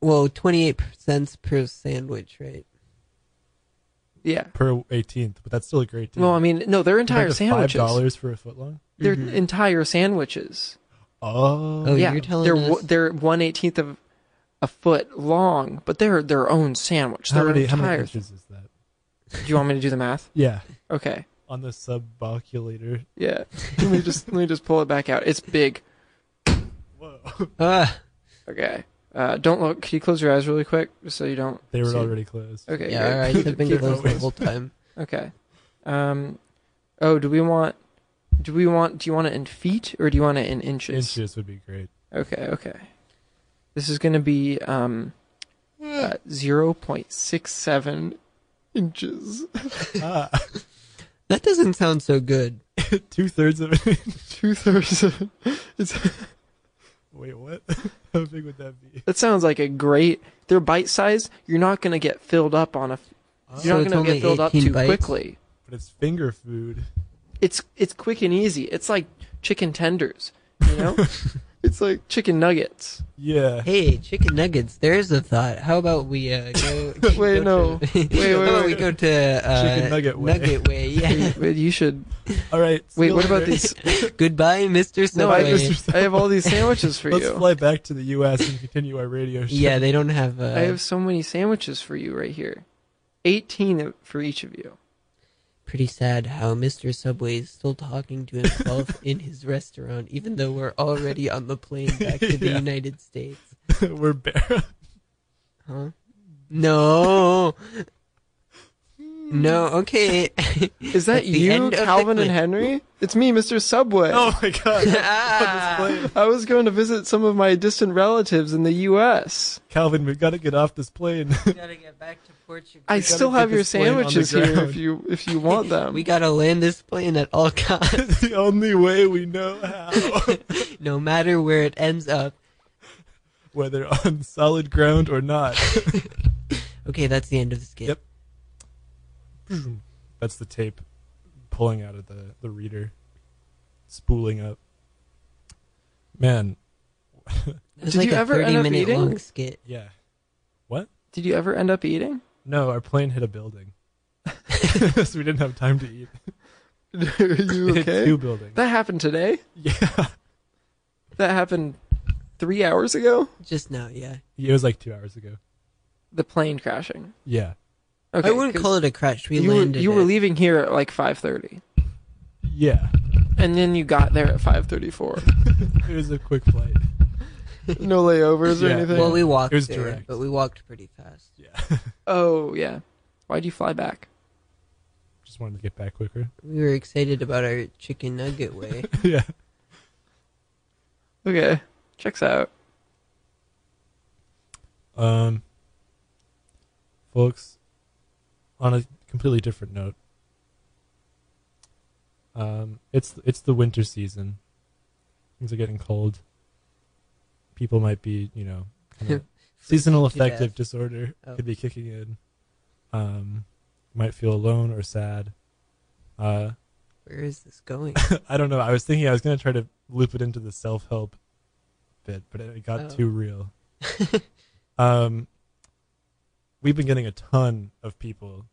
S2: Well, twenty-eight cents per sandwich, right?
S3: yeah.
S1: per eighteenth, but that's still a great deal.
S3: Well, I mean, no, they're entire
S1: Compared to Five
S3: sandwiches.
S1: dollars for a footlong.
S3: They're
S2: Mhm.
S3: entire sandwiches.
S1: Oh.
S2: Oh,
S3: yeah.
S2: you're telling
S3: they're
S2: us-
S3: wo- they're 1/18th of a foot long, but they're their own sandwich.
S1: How
S3: They're
S1: many, how
S3: entire.
S1: many inches is that?
S3: do you want me to do the math?
S1: Yeah.
S3: Okay.
S1: On the suboculator.
S3: Yeah. let me just let me just pull it back out. It's big.
S1: Whoa.
S2: Ah,
S3: Okay. Uh, don't look. Can you close your eyes really quick, just so you don't?
S1: They were
S3: see-
S1: already closed.
S3: Okay.
S2: yeah,
S3: great.
S2: all right. They've been
S1: Keep
S2: closed the
S1: going.
S2: whole time.
S3: Okay. Um. Oh, do we want? Do we want? Do you want it in feet or do you want it in inches?
S1: Inches would be great.
S3: Okay. Okay. This is gonna be um, uh, zero point six seven inches.
S1: ah,
S2: That doesn't sound so good.
S1: two thirds of an inch.
S3: Two thirds.
S1: Wait, what? How big would that be?
S3: That sounds like a great. They're bite sized. You're not gonna get filled up on a.
S1: Oh.
S3: You're
S2: So
S3: not
S2: it's
S3: gonna
S2: only
S3: get filled up
S2: 18
S3: too
S2: bites?
S3: quickly.
S1: But it's finger food.
S3: It's it's quick and easy. It's like chicken tenders. You know. it's like chicken nuggets.
S1: Yeah.
S2: Hey, chicken nuggets. There's a thought. How about we uh, go?
S3: Wait,
S2: go
S3: no.
S2: To,
S3: Wait, wait,
S2: how about
S3: wait.
S2: we go to uh,
S1: Chicken nugget way.
S2: Nugget way. Yeah.
S3: Wait, you should.
S1: All right. see
S3: Wait,
S1: you
S3: what about
S1: later.
S3: these?
S2: Goodbye, Mister
S3: No,
S2: Subway.
S3: I, I have all these sandwiches for
S1: Let's
S3: you.
S1: fly back to the U.S. and continue our radio show.
S2: yeah, they don't have. Uh,
S3: I have so many sandwiches for you right here. 18 of- for each of you.
S2: Pretty sad how Mr. Subway is still talking to himself in his restaurant, even though we're already on the plane back to the
S1: Yeah.
S2: United States.
S1: We're bare.
S2: Huh? No. No, okay.
S3: Is that
S2: That's the
S3: you,
S2: end of the
S3: Calvin and
S2: clip.
S3: Henry? It's me, Mr. Subway.
S1: Oh my god.
S2: Ah.
S3: I was going to visit some of my distant relatives in the U.S.
S1: Calvin, we've got to get off this plane.
S2: gotta get back to Portugal.
S3: I
S1: gotta
S3: still
S1: get
S3: have your
S1: this plane on the
S3: sandwiches here
S1: ground.
S3: if you if you want them.
S2: We gotta land this plane at all costs,
S1: the only way we know how,
S2: no matter where it ends up.
S1: whether on solid ground or not.
S2: Okay, that's the end of the skit.
S1: Yep. That's the tape pulling out of the, the reader, spooling up. Man,
S2: It was
S3: Did
S2: like
S3: you
S2: a
S3: ever end up
S2: thirty-minute
S3: eating?
S2: long skit.
S1: yeah.
S3: Did you ever end up eating?
S1: No, our plane hit a building. so we didn't have time to eat.
S3: Are you
S1: It hit two
S3: okay?
S1: buildings.
S3: That happened today.
S1: yeah.
S3: That happened three hours ago.
S2: Just now, yeah.
S1: It was like two hours ago.
S3: The plane crashing.
S1: Yeah.
S3: Okay,
S2: I wouldn't
S3: 'cause
S2: call it a crash. We
S3: you
S2: landed.
S3: were, you were
S2: it.
S3: leaving here at like 5:30.
S1: Yeah.
S3: and then you got there at 5:34.
S1: It was a quick flight.
S3: No layovers or
S1: Yeah.
S3: anything.
S2: Well, we walked
S1: It was
S2: there,
S1: direct.
S2: but we walked pretty fast.
S1: Yeah.
S3: oh yeah. Why'd you fly back?
S1: Just wanted to get back quicker.
S2: We were excited about our chicken nugget way.
S1: yeah.
S3: Okay, checks out.
S1: Um, folks, on a completely different note. Um, it's it's the winter season. Things are getting cold. People might be, you know, kind of seasonal
S2: Freezing to
S1: affective
S2: death.
S1: disorder
S2: Oh.
S1: could be kicking in. Um, might feel alone or sad. Uh,
S2: Where is this going?
S1: I don't know. I was thinking I was gonna try to loop it into the self help bit, but it got
S2: Oh.
S1: too real. um, we've been getting a ton of people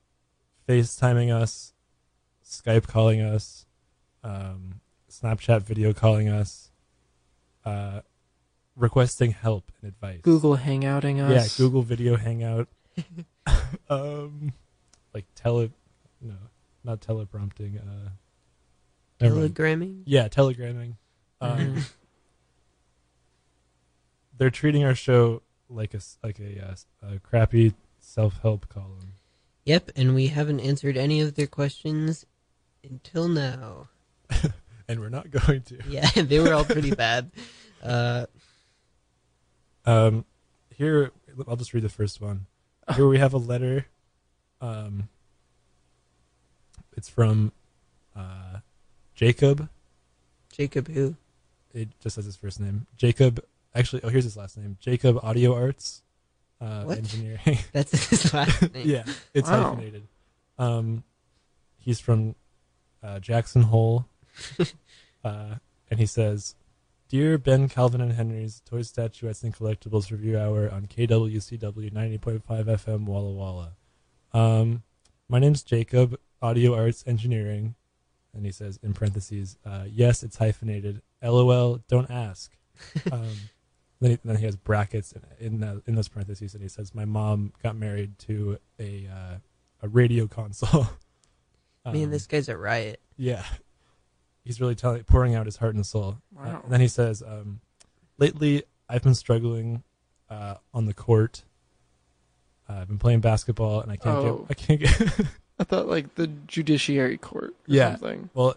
S1: FaceTiming us, Skype calling us, um, Snapchat video calling us, uh, requesting help and advice.
S3: Google Hangouting
S1: yeah,
S3: us.
S1: Google Video Hangout, um, like tele, no, not teleprompting. Uh, never mind.
S2: Telegramming?
S1: Yeah, telegramming. Um,
S3: Mhm.
S1: they're treating our show like a s- like a, uh, s- a crappy self help column.
S2: Yep, and we haven't answered any of their questions until now.
S1: and we're not going to.
S2: Yeah, they were all pretty bad. Uh,
S1: Um, here, I'll just read the first one. Here we have a letter. Um, it's from uh, Jacob.
S2: Jacob, who?
S1: It just says his first name. Jacob. Actually, oh, here's his last name. Jacob Audio Arts uh,
S2: What?
S1: Engineering.
S2: That's his last name.
S1: yeah, it's
S3: Wow.
S1: hyphenated. Um, he's from uh, Jackson Hole, uh, and he says, "Dear Ben Calvin and Henry's Toy Statuettes and Collectibles Review Hour on KWCW ninety point five FM Walla Walla. Um, my name's Jacob, Audio Arts Engineering." And he says in parentheses, uh, "Yes, it's hyphenated. LOL. Don't ask." Um, then, he, then he has brackets in in, the, in those parentheses, and he says, "My mom got married to a uh, a radio console."
S2: Man,
S1: Um,
S2: this guy's a riot.
S1: yeah, he's really telling, pouring out his heart and soul. Uh,
S3: Wow.
S1: and then he says, um, "Lately, I've been struggling uh, on the court. Uh, I've been playing basketball, and I can't
S3: Oh.
S1: get. I can't get.
S3: I thought like the judiciary court or
S1: Yeah.
S3: something.
S1: well,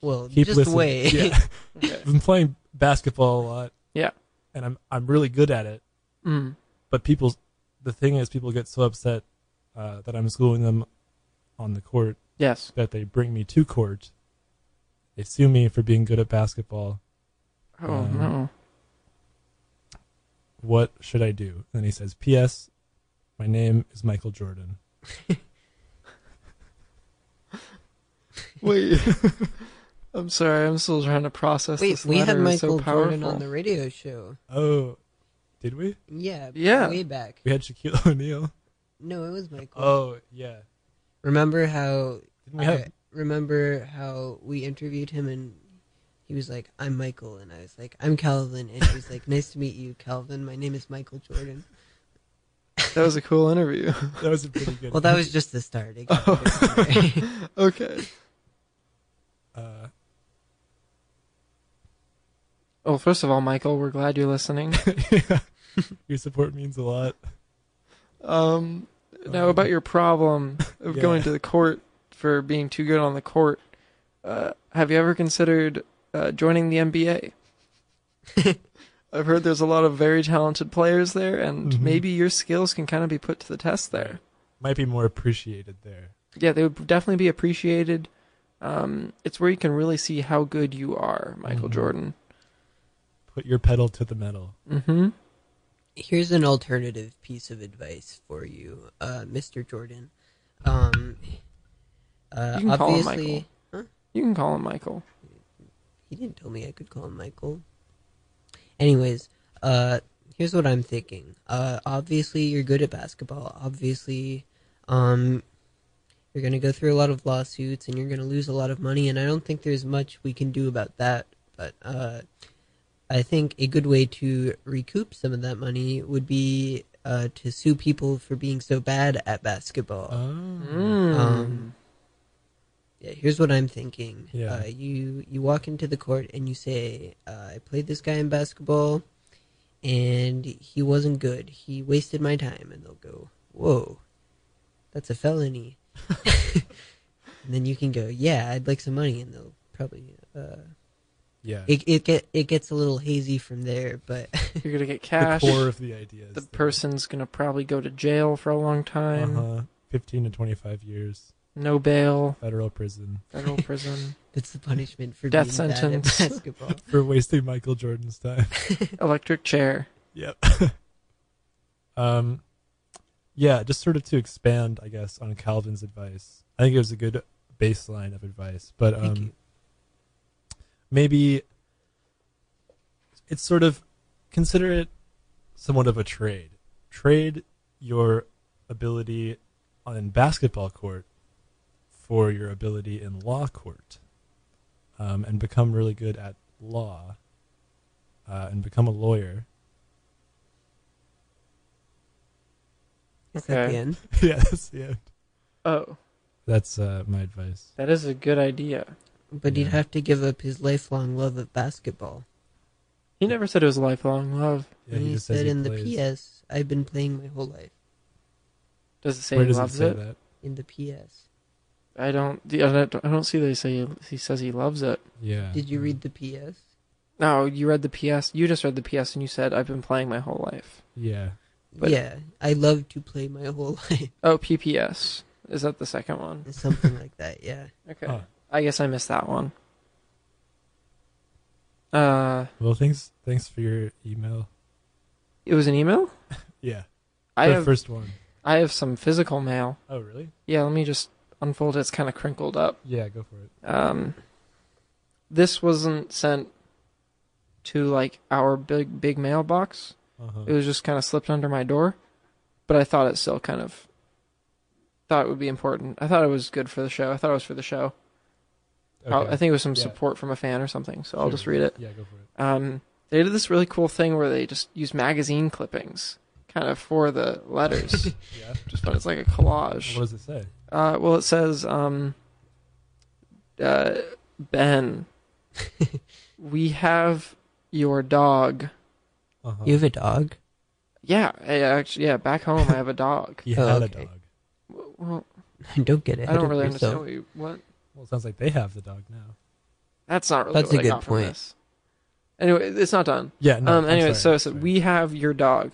S2: Well,
S1: keep
S2: just
S1: listening.
S2: wait.
S1: Yeah.
S3: Okay.
S1: I've been playing basketball a lot.
S3: Yeah.
S1: and I'm I'm really good at it.
S3: Mm.
S1: but people the thing is people get so upset uh, that i'm schooling them on the court
S3: Yes.
S1: that they bring me to court they sue me for being good at basketball
S3: Oh
S1: Um,
S3: no.
S1: what should i do and then he says ps my name is michael jordan
S3: Wait. I'm sorry. I'm still trying to process
S2: Wait,
S3: this.
S2: we had
S3: letter. It's
S2: Michael
S3: so
S2: Jordan
S3: powerful.
S2: on the radio show.
S1: oh did we
S2: Yeah,
S3: Yeah.
S2: way back.
S1: we had shaquille o'neal
S2: No, it was Michael.
S1: oh yeah
S2: Remember how?
S1: didn't we have
S2: I remember how we interviewed him and he was like, "I'm Michael," and I was like, "I'm Calvin," and he was like, "Nice to meet you, Calvin. My name is Michael Jordan."
S3: That was a cool interview.
S1: that was a pretty good
S2: Well, that was just the start. It got better.
S3: okay.
S1: uh,
S3: Well, Oh, first of all, Michael, we're glad you're listening.
S1: yeah. Uh, your support means a lot
S3: Um, now
S1: Um,
S3: about your problem of
S1: yeah.
S3: going to the court for being too good on the court. Uh, have you ever considered uh, joining the NBA? I've heard there's a lot of very talented players there, and
S1: Mhm.
S3: maybe your skills can kind of be put to the test there.
S1: might be more appreciated there
S3: Yeah, they would definitely be appreciated. Um, it's where you can really see how good you are, Michael
S1: Mhm.
S3: Jordan.
S1: put your pedal to the metal
S3: Mm-hmm.
S2: Here's an alternative piece of advice for you, uh, Mr. Jordan. Um, uh,
S3: You can call him
S2: obviously,
S3: Michael. You can call him Michael.
S2: He didn't tell me I could call him Michael. Anyways, uh, here's what I'm thinking. Uh, obviously, you're good at basketball. Obviously, um, you're going to go through a lot of lawsuits and you're going to lose a lot of money, and I don't think there's much we can do about that. But uh, I think a good way to recoup some of that money would be uh, to sue people for being so bad at basketball.
S1: oh.
S3: Mm.
S2: Um, Yeah, here's what I'm thinking.
S1: Yeah.
S2: Uh, you you walk into the court and you say, uh, "I played this guy in basketball, and he wasn't good. He wasted my time." And they'll go, "Whoa, that's a felony." and then you can go, "Yeah, I'd like some money," and they'll probably. Uh,
S1: yeah
S2: it it get it gets a little hazy from there, but
S3: You're gonna get cash.
S1: the core of the idea is
S3: the
S1: that-
S3: person's gonna probably go to jail for a long time.
S1: Uh-huh. 15 to 25 years,
S3: No bail,
S1: federal prison
S3: federal prison,
S2: That's the punishment for
S3: Death
S2: being bad at
S3: sentence.
S2: basketball.
S1: for wasting Michael Jordan's time.
S3: electric chair.
S1: Yep. um, yeah, just sort of to expand, I guess, on Calvin's advice. I think it was a good baseline of advice, but um,
S2: Thank you.
S1: maybe it's sort of consider it somewhat of a trade. Trade your ability on basketball court for your ability in law court, um, and become really good at law, uh, and become a lawyer.
S2: Is that the
S3: Okay.
S2: end?
S1: yeah, that's the end.
S3: Oh,
S1: That's uh, my advice.
S3: that is a good idea.
S2: But
S1: Yeah.
S2: he'd have to give up his lifelong love of basketball.
S3: He never said it was lifelong love.
S1: Yeah,
S2: and he,
S1: just says
S2: said
S1: he
S2: in
S1: plays.
S2: the PS, I've been playing my whole life.
S3: Does it say
S1: Where
S3: he
S1: does it
S3: loves
S1: say
S3: it?
S1: that?
S2: In the PS.
S3: I don't. I don't. I don't see that he say he, he says he loves it.
S1: Yeah.
S2: Did you read the PS?
S3: No, you read the PS. You just read the PS and you said I've been playing my whole life.
S1: Yeah.
S3: But-
S2: yeah, I love to play my whole life.
S3: Oh, PPS. Is that the second one?
S2: Something like that, yeah.
S3: Okay.
S1: Huh.
S3: I guess I missed that one. Uh,
S1: Well, thanks. Thanks for your email.
S3: it was an email.
S1: Yeah.
S3: I
S1: the
S3: have
S1: first one.
S3: I have some physical mail.
S1: Oh, really?
S3: Yeah, let me just unfold it. It's kind of crinkled up.
S1: Yeah, go for it.
S3: Um, this wasn't sent to like our big big mailbox.
S1: Uh-huh.
S3: It was just kind of slipped under my door, but I thought it still kind of thought it would be important. I thought it was good for the show. I thought it was for the show. I'll- I think it was some
S1: Yeah.
S3: support from a fan or something. So I'll
S1: Sure.
S3: just read it.
S1: Yeah, go for it.
S3: Um, they did this really cool thing where they just use magazine clippings kind of for the letters,
S1: Yeah.
S3: just but it's like a collage.
S1: What does it say?
S3: Uh, well, it says, um, uh, Ben, we have your dog.
S1: Uh-huh.
S2: You have a dog?
S3: Yeah, I actually, yeah, back home I have a dog.
S1: He
S2: Oh,
S1: had
S2: okay.
S1: a dog.
S3: Well,
S2: I don't get it.
S3: I don't really understand what you what.
S1: Well, it sounds like they have the dog now.
S3: That's not really
S2: That's
S3: what
S2: a
S3: I
S2: good
S3: got from
S2: point.
S3: this. Anyway, it's not done.
S1: Yeah. No,
S3: um.
S1: I'm
S3: Anyway,
S1: sorry,
S3: so
S1: I'm
S3: it said
S1: sorry.
S3: we have your dog.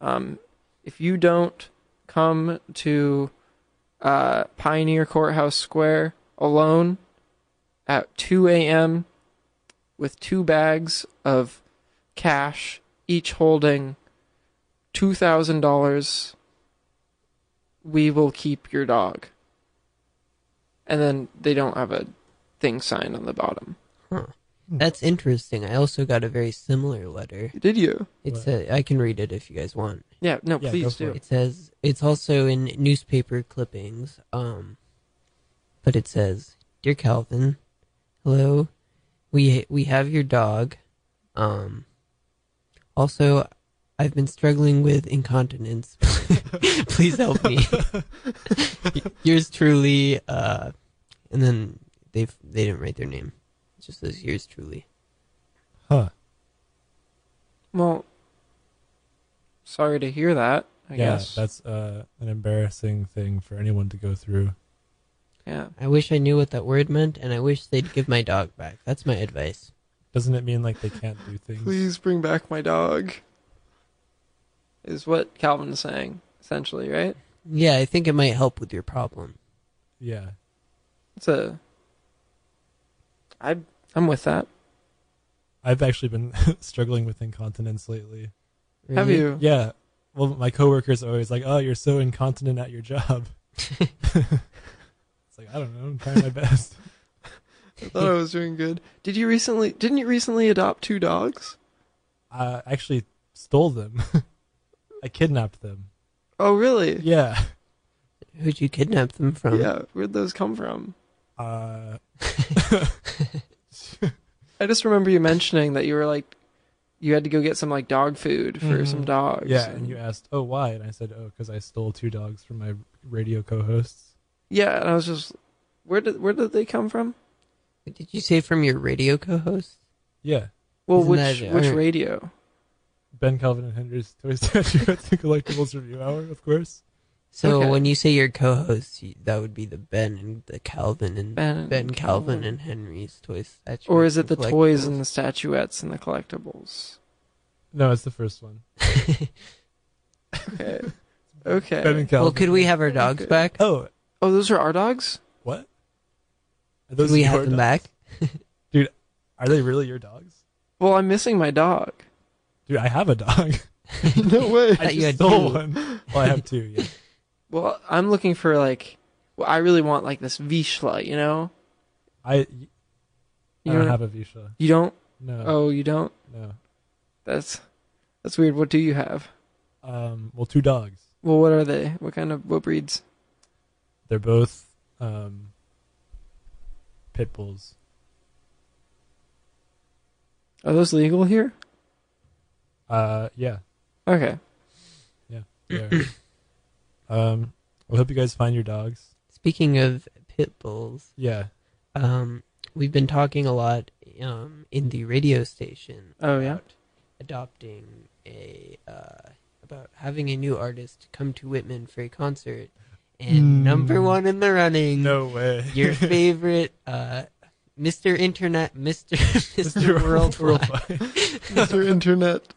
S3: Um, if you don't come to uh, Pioneer Courthouse Square alone at 2 a.m. with two bags of cash, each holding two thousand dollars, we will keep your dog. And then they don't have a thing signed on the bottom.
S2: That's interesting. I also got a very similar letter.
S3: Did you?
S2: It's
S1: Wow.
S2: a, I can read it if you guys want.
S3: Yeah. No.
S1: Yeah, go
S3: please
S1: for
S3: do.
S1: it.
S2: It says it's also in newspaper clippings. Um, but it says, "Dear Calvin, hello. We we have your dog. Um, also, I've been struggling with incontinence. Please help me. yours truly. Uh, and then they they didn't write their name. It just says yours truly.
S1: Huh.
S3: Well, sorry to hear that. I
S1: yeah,
S3: guess.
S1: that's uh, an embarrassing thing for anyone to go through.
S3: yeah.
S2: I wish I knew what that word meant, and I wish they'd give my dog back. That's my advice.
S1: Doesn't it mean like they can't do things?
S3: Please bring back my dog. Is what Calvin is saying essentially, right?
S2: Yeah, I think it might help with your problem.
S1: Yeah.
S3: It's a. I I'm with that.
S1: I've actually been struggling with incontinence lately.
S3: Have
S2: Really?
S3: you?
S1: Yeah. Well, my coworkers are always like, "Oh, you're so incontinent at your job." it's like I don't know. I'm trying my best.
S3: I thought I was doing good. Did you recently? Didn't you recently adopt two dogs?
S1: I actually stole them. I kidnapped them.
S3: Oh, really?
S1: Yeah. Uh-huh.
S2: Who'd you kidnap them from?
S3: Yeah. Where'd those come from?
S1: Uh,
S3: I just remember you mentioning that you were like, you had to go get some like dog food for
S1: Mhm.
S3: some dogs.
S1: yeah. And you asked, "Oh, why?" And I said, "Oh, because I stole two dogs from my radio co-hosts."
S3: Yeah, and I was just, where did where did they come from?
S2: Did you say from your radio co-host?
S1: Yeah.
S3: Well,
S2: Isn't
S3: which
S2: that-
S3: which
S2: alright.
S3: radio?
S1: Ben Calvin and Henry's Toy Statuettes and Collectibles Review Hour, of course.
S2: So
S3: Okay.
S2: when you say your co-host, you, that would be the Ben and the Calvin and Ben,
S3: Ben,
S2: Calvin and Henry's toy statue.
S3: or is it the toys and the statuettes and the collectibles?
S1: No, it's the first one.
S3: Okay, Okay.
S1: Ben and Calvin.
S2: Uh, Well, could we have our dogs
S3: Okay.
S2: back?
S1: Oh,
S3: oh, those are our dogs.
S1: what? Are
S2: Could we
S1: your
S2: have them
S1: dogs?
S2: back?
S1: Are they really your dogs?
S3: Well, I'm missing my dog.
S1: Dude, I have a dog.
S3: no way.
S1: I
S2: thought you
S1: just
S2: had
S1: stole
S2: two.
S1: one. Well, I have two. Yeah.
S3: Well, I'm looking for like. Well, I really want like this Vishla. You know.
S1: I, I
S3: You
S1: don't
S3: know-
S1: have a Visha.
S3: You don't.
S1: No.
S3: Oh, you don't.
S1: No.
S3: That's that's weird. What do you have?
S1: Um. Well, two dogs.
S3: Well, what are they? What kind of what breeds?
S1: They're both um. Pit bulls.
S3: Are those legal here?
S1: Uh. Yeah.
S3: Okay.
S1: they are. um. We hope you guys find your dogs.
S2: Speaking of pit bulls,
S1: Yeah.
S2: um, we've been talking a lot um, in the radio station
S3: Oh yeah.
S2: about adopting a uh, about having a new artist come to Whitman for a concert, and
S3: Hmm.
S1: Mm.
S2: number one in the running,
S1: way.
S2: your favorite, uh, Mr. Internet, Mr. Mr. World.
S3: Mr. Internet.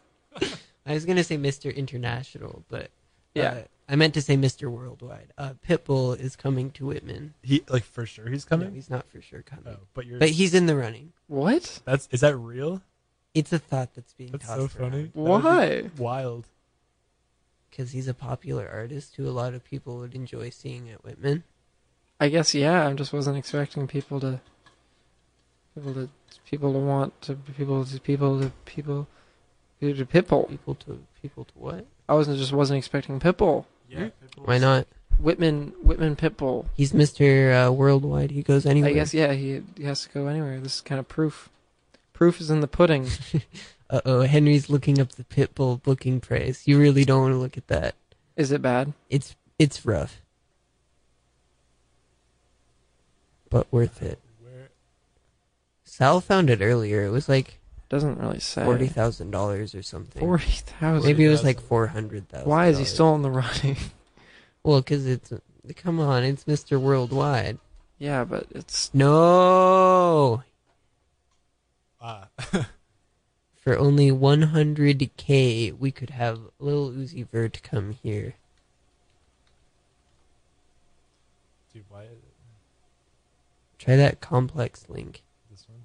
S2: I was gonna say Mr. International, but
S3: Yeah.
S2: uh, I meant to say Mr. Worldwide. Uh, Pitbull is coming to Whitman.
S1: He like for sure he's
S2: No,
S1: coming.
S2: he's not for sure coming,
S1: Oh, but you're.
S2: but he's in the running.
S3: What?
S1: that's is that real?
S2: It's a thought that's being
S1: That's so
S2: tossed
S1: funny. That would be
S3: Why?
S1: Wild.
S2: because he's a popular artist who a lot of people would enjoy seeing at Whitman.
S3: I guess yeah. I just wasn't expecting people to people to people to want to people to people to people to, to Pitbull.
S2: People to people to what?
S3: I wasn't just wasn't expecting Pitbull.
S1: Yeah.
S2: Why not?
S3: Whitman Whitman Pitbull.
S2: He's Mr. Uh, worldwide. He goes anywhere.
S3: I guess yeah. He, he has to go anywhere. This is kind of proof. Proof is in the pudding.
S2: Uh oh, Henry's looking up the Pitbull booking price. You really don't want to look at that.
S3: Is it bad?
S2: It's it's rough, but worth it.
S1: Where?
S2: Sal found it earlier. It was like
S3: Doesn't really say.
S2: forty thousand dollars or something.
S3: Forty thousand.
S2: Maybe it was like
S1: $40,000.
S2: four hundred thousand.
S3: Why is he still in the running?
S2: Well, because it's come on, it's Mr. Worldwide.
S3: yeah, but it's
S2: No,
S1: Ah.
S2: for only 100k, we could have Lil Uzi Vert come here.
S1: Dude, why is
S2: Try that complex link.
S1: this one?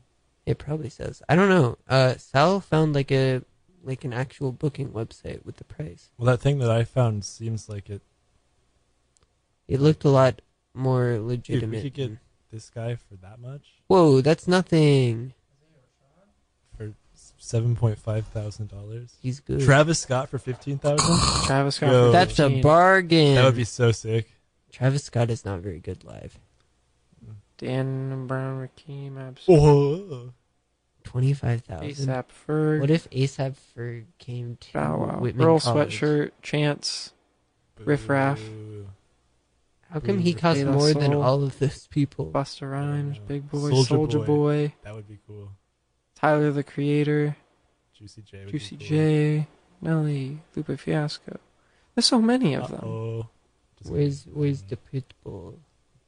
S2: It probably says. I don't know. Uh, Sal found like a like an actual booking website with the price.
S1: Well, that thing that I found seems like it.
S2: It looked a lot more
S1: Dude,
S2: legitimate.
S1: we could get
S2: than-
S1: this guy for that much
S2: Whoa, that's nothing.
S1: for seven point five thousand dollars.
S2: He's good.
S1: Travis Scott for fifteen thousand.
S3: Travis Scott.
S1: Yo.
S3: for
S2: that's a
S3: 15.
S2: bargain.
S1: that would be so sick.
S2: Travis Scott is not very good live.
S3: Dan Brown, Rakim, Abs-
S1: Oh,
S2: Twenty five thousand.
S3: ASAP Ferg,
S2: What if ASAP Ferg came to
S3: Bow Wow,
S2: Whitman
S3: Earl
S2: College?
S3: Sweatshirt, Chance. Riff Raff.
S2: How come he
S1: Ooh,
S2: costs
S3: De La
S2: more than
S3: Soul.
S2: all of those people?
S3: Busta Rhymes,
S1: know.
S3: Big Boy,
S1: Soulja
S3: Soldier Boy.
S1: That would be cool.
S3: Tyler the Creator,
S1: Juicy J. Would
S3: Juicy
S1: be cool.
S3: J, Nelly, Lupe Fiasco. There's so many of them.
S1: Oh,
S2: Where's Where's the pitbull?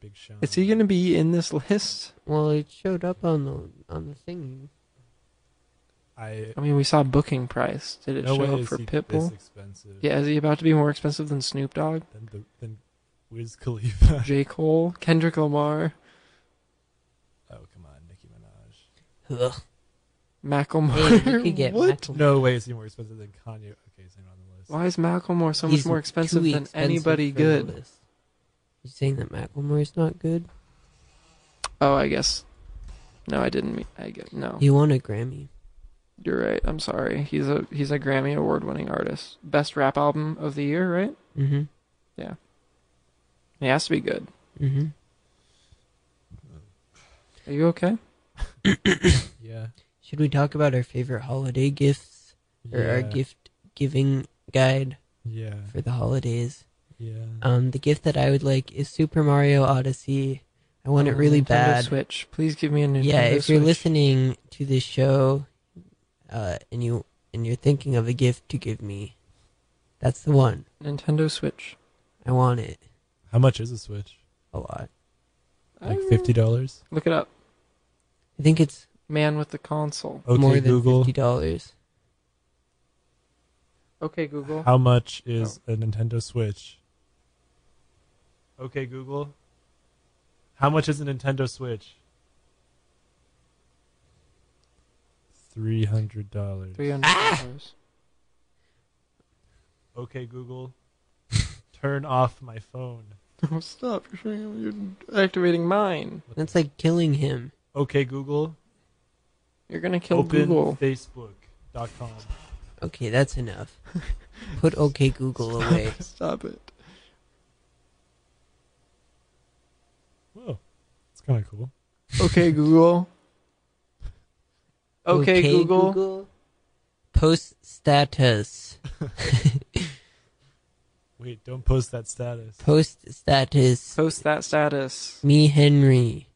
S1: Big Sean?
S3: Is he gonna be in this list?
S2: Well, it showed up on the on the thing.
S1: I
S3: I mean, we saw booking price. Did it
S1: no way
S3: show up
S1: is
S3: for
S1: he
S3: Pitbull?
S1: This expensive.
S3: Yeah, is he about to be more expensive than Snoop Dogg,
S1: Than the than Wiz Khalifa.
S3: J. Cole, Kendrick Lamar,
S1: oh come on, Nicki Minaj.
S2: Ugh.
S3: Macklemore?
S2: Hey, you could get
S1: what?
S2: Michael-
S1: No way is he more expensive than Kanye. Okay, he's not on the list.
S3: Why is Macklemore so
S2: He's
S3: much more expensive
S2: too
S3: than
S2: expensive
S3: anybody
S2: for the
S3: good?
S2: list. You saying that Macklemore is not good?
S3: Oh, I guess. No, I didn't mean. I get no.
S2: He won a Grammy.
S3: You're right. I'm sorry. He's a he's a Grammy award-winning artist. Best rap album of the year, right?
S2: Mm-hmm.
S3: He has to be good.
S2: Mm-hmm.
S3: Are you okay?
S1: Yeah.
S2: Should we talk about our favorite holiday gifts or
S1: yeah.
S2: our gift giving guide
S1: Yeah.
S2: for the holidays?
S1: Yeah.
S2: Um, the gift that I would like is Super Mario Odyssey. I want it
S3: Oh,
S2: really
S3: Nintendo
S2: bad.
S3: Switch. Please give me a Nintendo
S2: yeah, if you're
S3: Switch.
S2: listening to this show, uh, and you and you're thinking of a gift to give me, that's the one.
S3: Nintendo Switch.
S2: I want it
S1: How much is a Switch?
S2: a lot.
S1: Like
S3: I-
S1: fifty dollars?
S3: Look it up.
S2: I think it's
S3: Man with the console.
S1: Okay,
S2: more than
S1: Oh, Google.
S2: fifty dollars.
S3: Okay, Google.
S2: Oh.
S1: How much is a Nintendo Switch? Okay, Google. How much is a Nintendo Switch? Three hundred dollars.
S3: Three hundred dollars.
S1: Okay, Google. Turn off my phone.
S3: Oh, stop! You're, showing- you're activating mine.
S2: That's like killing him.
S1: Okay, Google.
S3: You're gonna kill
S1: open
S3: Google.
S1: Facebook.com.
S2: Okay, that's enough. Put OK Google
S3: Stop-
S2: away.
S3: Stop it.
S1: Whoa, it's kind of cool.
S3: Okay, Google. Okay, Google.
S2: Post status.
S1: Wait, don't post that status.
S2: Post status.
S3: Post that status.
S2: Me Henry.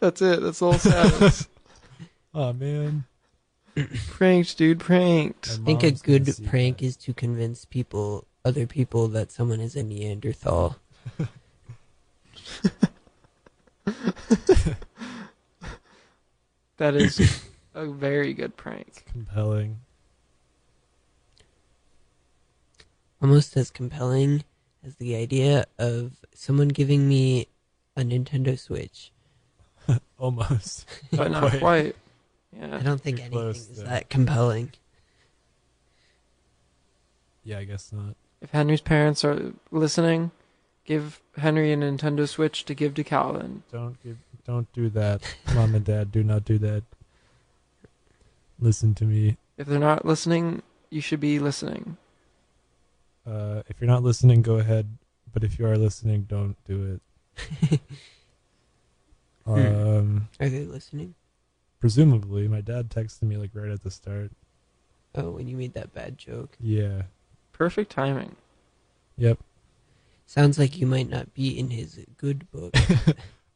S3: That's it. That's all status.
S1: Oh man,
S3: pranked, dude.
S1: My
S3: Pranked.
S2: I think a
S1: mom's gonna
S2: good
S1: see
S2: prank
S1: that.
S2: is to convince people, other people, that someone is a Neanderthal.
S3: That is a very good prank.
S1: compelling.
S2: Almost as compelling as the idea of someone giving me a Nintendo Switch.
S1: Almost.
S3: But not
S1: quite.
S3: quite.
S2: I
S3: Yeah.
S2: don't think
S1: You're
S2: anything
S1: close,
S2: is
S1: though.
S2: that compelling.
S1: Yeah, I guess not.
S3: If Henry's parents are listening, give Henry a Nintendo Switch to give to Calvin.
S1: Don't give, don't do that, mom and dad. Do not do that. Listen to me.
S3: If they're not listening, you should be listening.
S1: Uh, if you're not listening, go ahead. But if you are listening, don't do it. um,
S2: Are they listening?
S1: presumably, my dad texted me like right at the start.
S2: Oh, when you made that bad joke.
S1: Yeah.
S3: Perfect timing.
S1: Yep.
S2: Sounds like you might not be in his good book.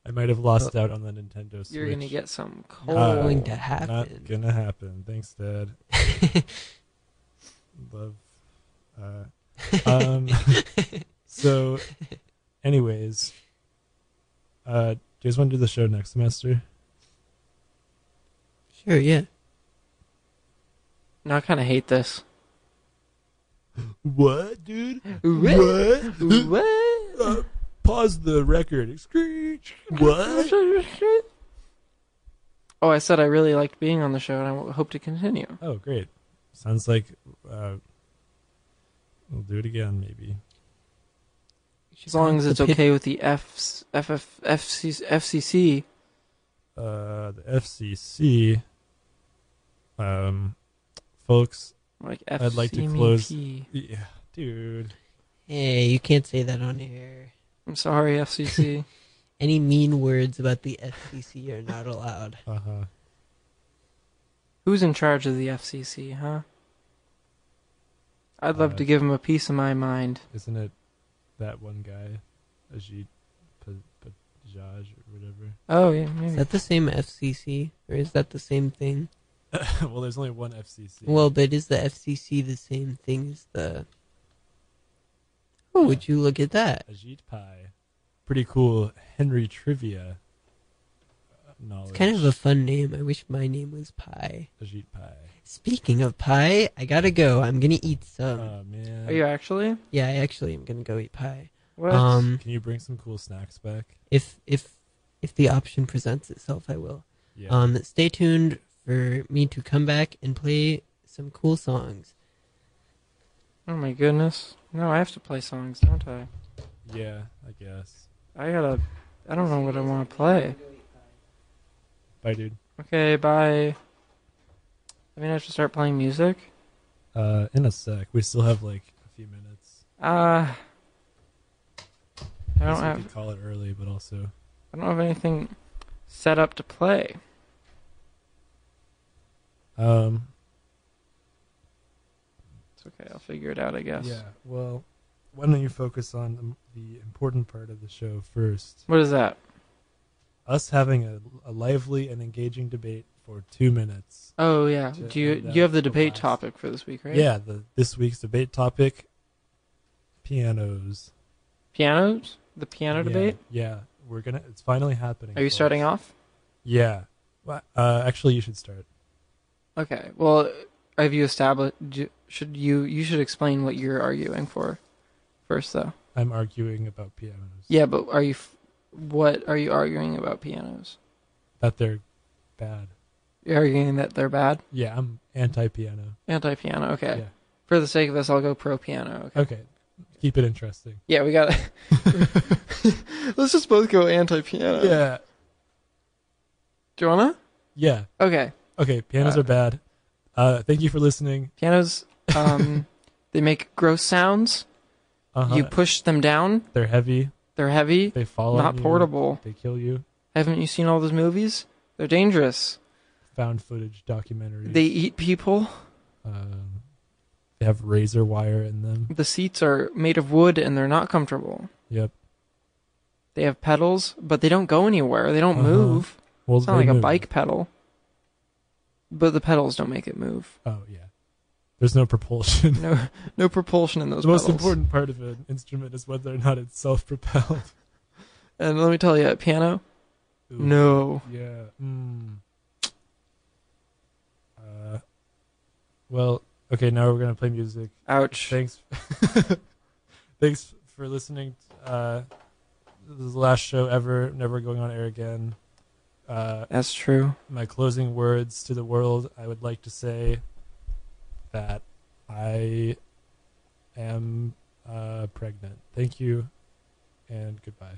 S1: I might have lost out on the Nintendo Switch.
S3: You're gonna get some cold.
S2: Not
S1: Uh,
S2: going to happen.
S1: Not gonna happen. Thanks, Dad. Love. Uh, um, so, anyways, uh, do you guys want to do the show next semester?
S2: Sure, yeah.
S3: Now I kind of hate this.
S1: What, dude?
S3: What?
S1: What?
S3: What?
S1: Uh, pause the record. Screech. What?
S3: Oh, I said I really liked being on the show, and I w- hope to continue.
S1: Oh, great. Sounds like uh, we'll do it again, maybe.
S3: As long as
S2: The
S3: it's
S2: pit-
S3: okay with the F's, FF, FCC, FCC.
S1: Uh, the FCC. Um, folks.
S3: Like FCC.
S1: I'd like to close- Yeah, dude.
S2: Hey, you can't say that on air.
S3: I'm sorry, FCC.
S2: Any mean words about the FCC are not allowed.
S1: Uh huh.
S3: Who's in charge of the FCC, huh? I'd love
S1: Uh,
S3: to give him a piece of my mind.
S1: Isn't it that one guy, Ajit Pa- Pajaj or whatever?
S3: Oh, yeah,
S2: Is
S3: maybe.
S2: that the same FCC? Or is that the same thing?
S1: well, there's only one FCC.
S2: Well, but is the FCC the same thing as the. Oh, would you look at that?
S1: Ajit Pai. Pretty cool Henry trivia uh, knowledge.
S2: It's kind of a fun name. I wish my name was Pie.
S1: Ajit Pai.
S2: Speaking of pie, I gotta go. I'm gonna eat some.
S1: oh man.
S3: Are you actually?
S2: yeah, I actually am gonna go eat pie.
S3: What?
S2: Um,
S1: Can you bring some cool snacks back?
S2: if if if the option presents itself, I will.
S1: Yeah.
S2: Um, stay tuned for me to come back and play some cool songs.
S3: oh my goodness. No, I have to play songs, don't I?
S1: yeah, I guess.
S3: I gotta. I don't know what I want to play.
S1: Bye, dude.
S3: Okay, bye. I mean, I should start playing music.
S1: Uh, in a sec. We still have like a few minutes.
S3: Uh, I
S1: guess
S3: don't
S1: we
S3: have.
S1: could call it early, but also
S3: I don't have anything set up to play.
S1: um.
S3: It's okay. I'll figure it out, I guess.
S1: Yeah. Well, why don't you focus on the, the important part of the show first?
S3: What is that?
S1: us having a, a lively and engaging debate for two minutes.
S3: Oh yeah.
S1: To
S3: Do you
S1: end up
S3: you have the
S1: the
S3: debate
S1: last-
S3: topic for this week, right?
S1: Yeah, the, this week's debate topic: pianos.
S3: Pianos. The piano
S1: yeah,
S3: debate.
S1: Yeah, we're gonna. It's finally happening.
S3: Are you
S1: folks.
S3: starting off?
S1: Yeah. Well, Uh, actually, you should start.
S3: Okay. Well, have you established? Should you you should explain what you're arguing for first, though.
S1: I'm arguing about pianos.
S3: Yeah, but are you? f- What are you arguing about pianos?
S1: That they're bad.
S3: You're arguing that they're bad.
S1: Yeah, I'm anti piano.
S3: Anti piano. Okay.
S1: Yeah.
S3: For the sake of this, I'll go pro piano. Okay.
S1: Okay. Keep it interesting.
S3: Yeah, we got. to Let's just both go anti piano.
S1: Yeah.
S3: Do you wanna?
S1: Yeah.
S3: Okay.
S1: Okay, pianos
S3: Uh,
S1: are bad. Uh thank you for listening.
S3: Pianos. Um, they make gross sounds.
S1: Uh-huh.
S3: You push them down.
S1: they're heavy.
S3: They're heavy.
S1: They fall on
S3: not
S1: you.
S3: portable.
S1: They kill you.
S3: Haven't you seen all those movies? They're dangerous.
S1: Found footage documentaries.
S3: They eat people.
S1: um, they have razor wire in them.
S3: The seats are made of wood and they're not comfortable.
S1: Yep.
S3: They have pedals, but they don't go anywhere. They don't
S1: Uh-huh.
S3: move.
S1: Well,
S3: It's not
S1: they
S3: like a
S1: move.
S3: bike pedal. But the pedals don't make it move.
S1: Oh yeah. There's no propulsion.
S3: No, no propulsion in those.
S1: the most
S3: pedals.
S1: important part of an instrument is whether or not it's self-propelled.
S3: And let me tell you, piano.
S1: Ooh.
S3: No.
S1: Yeah. Mm. Uh, well, okay. Now we're gonna play music.
S3: Ouch.
S1: Thanks. Thanks for listening. Uh, this is the last show ever. Never going on air again. Uh,
S3: That's true.
S1: my closing words to the world, I would like to say that I am uh, pregnant. Thank you, and goodbye.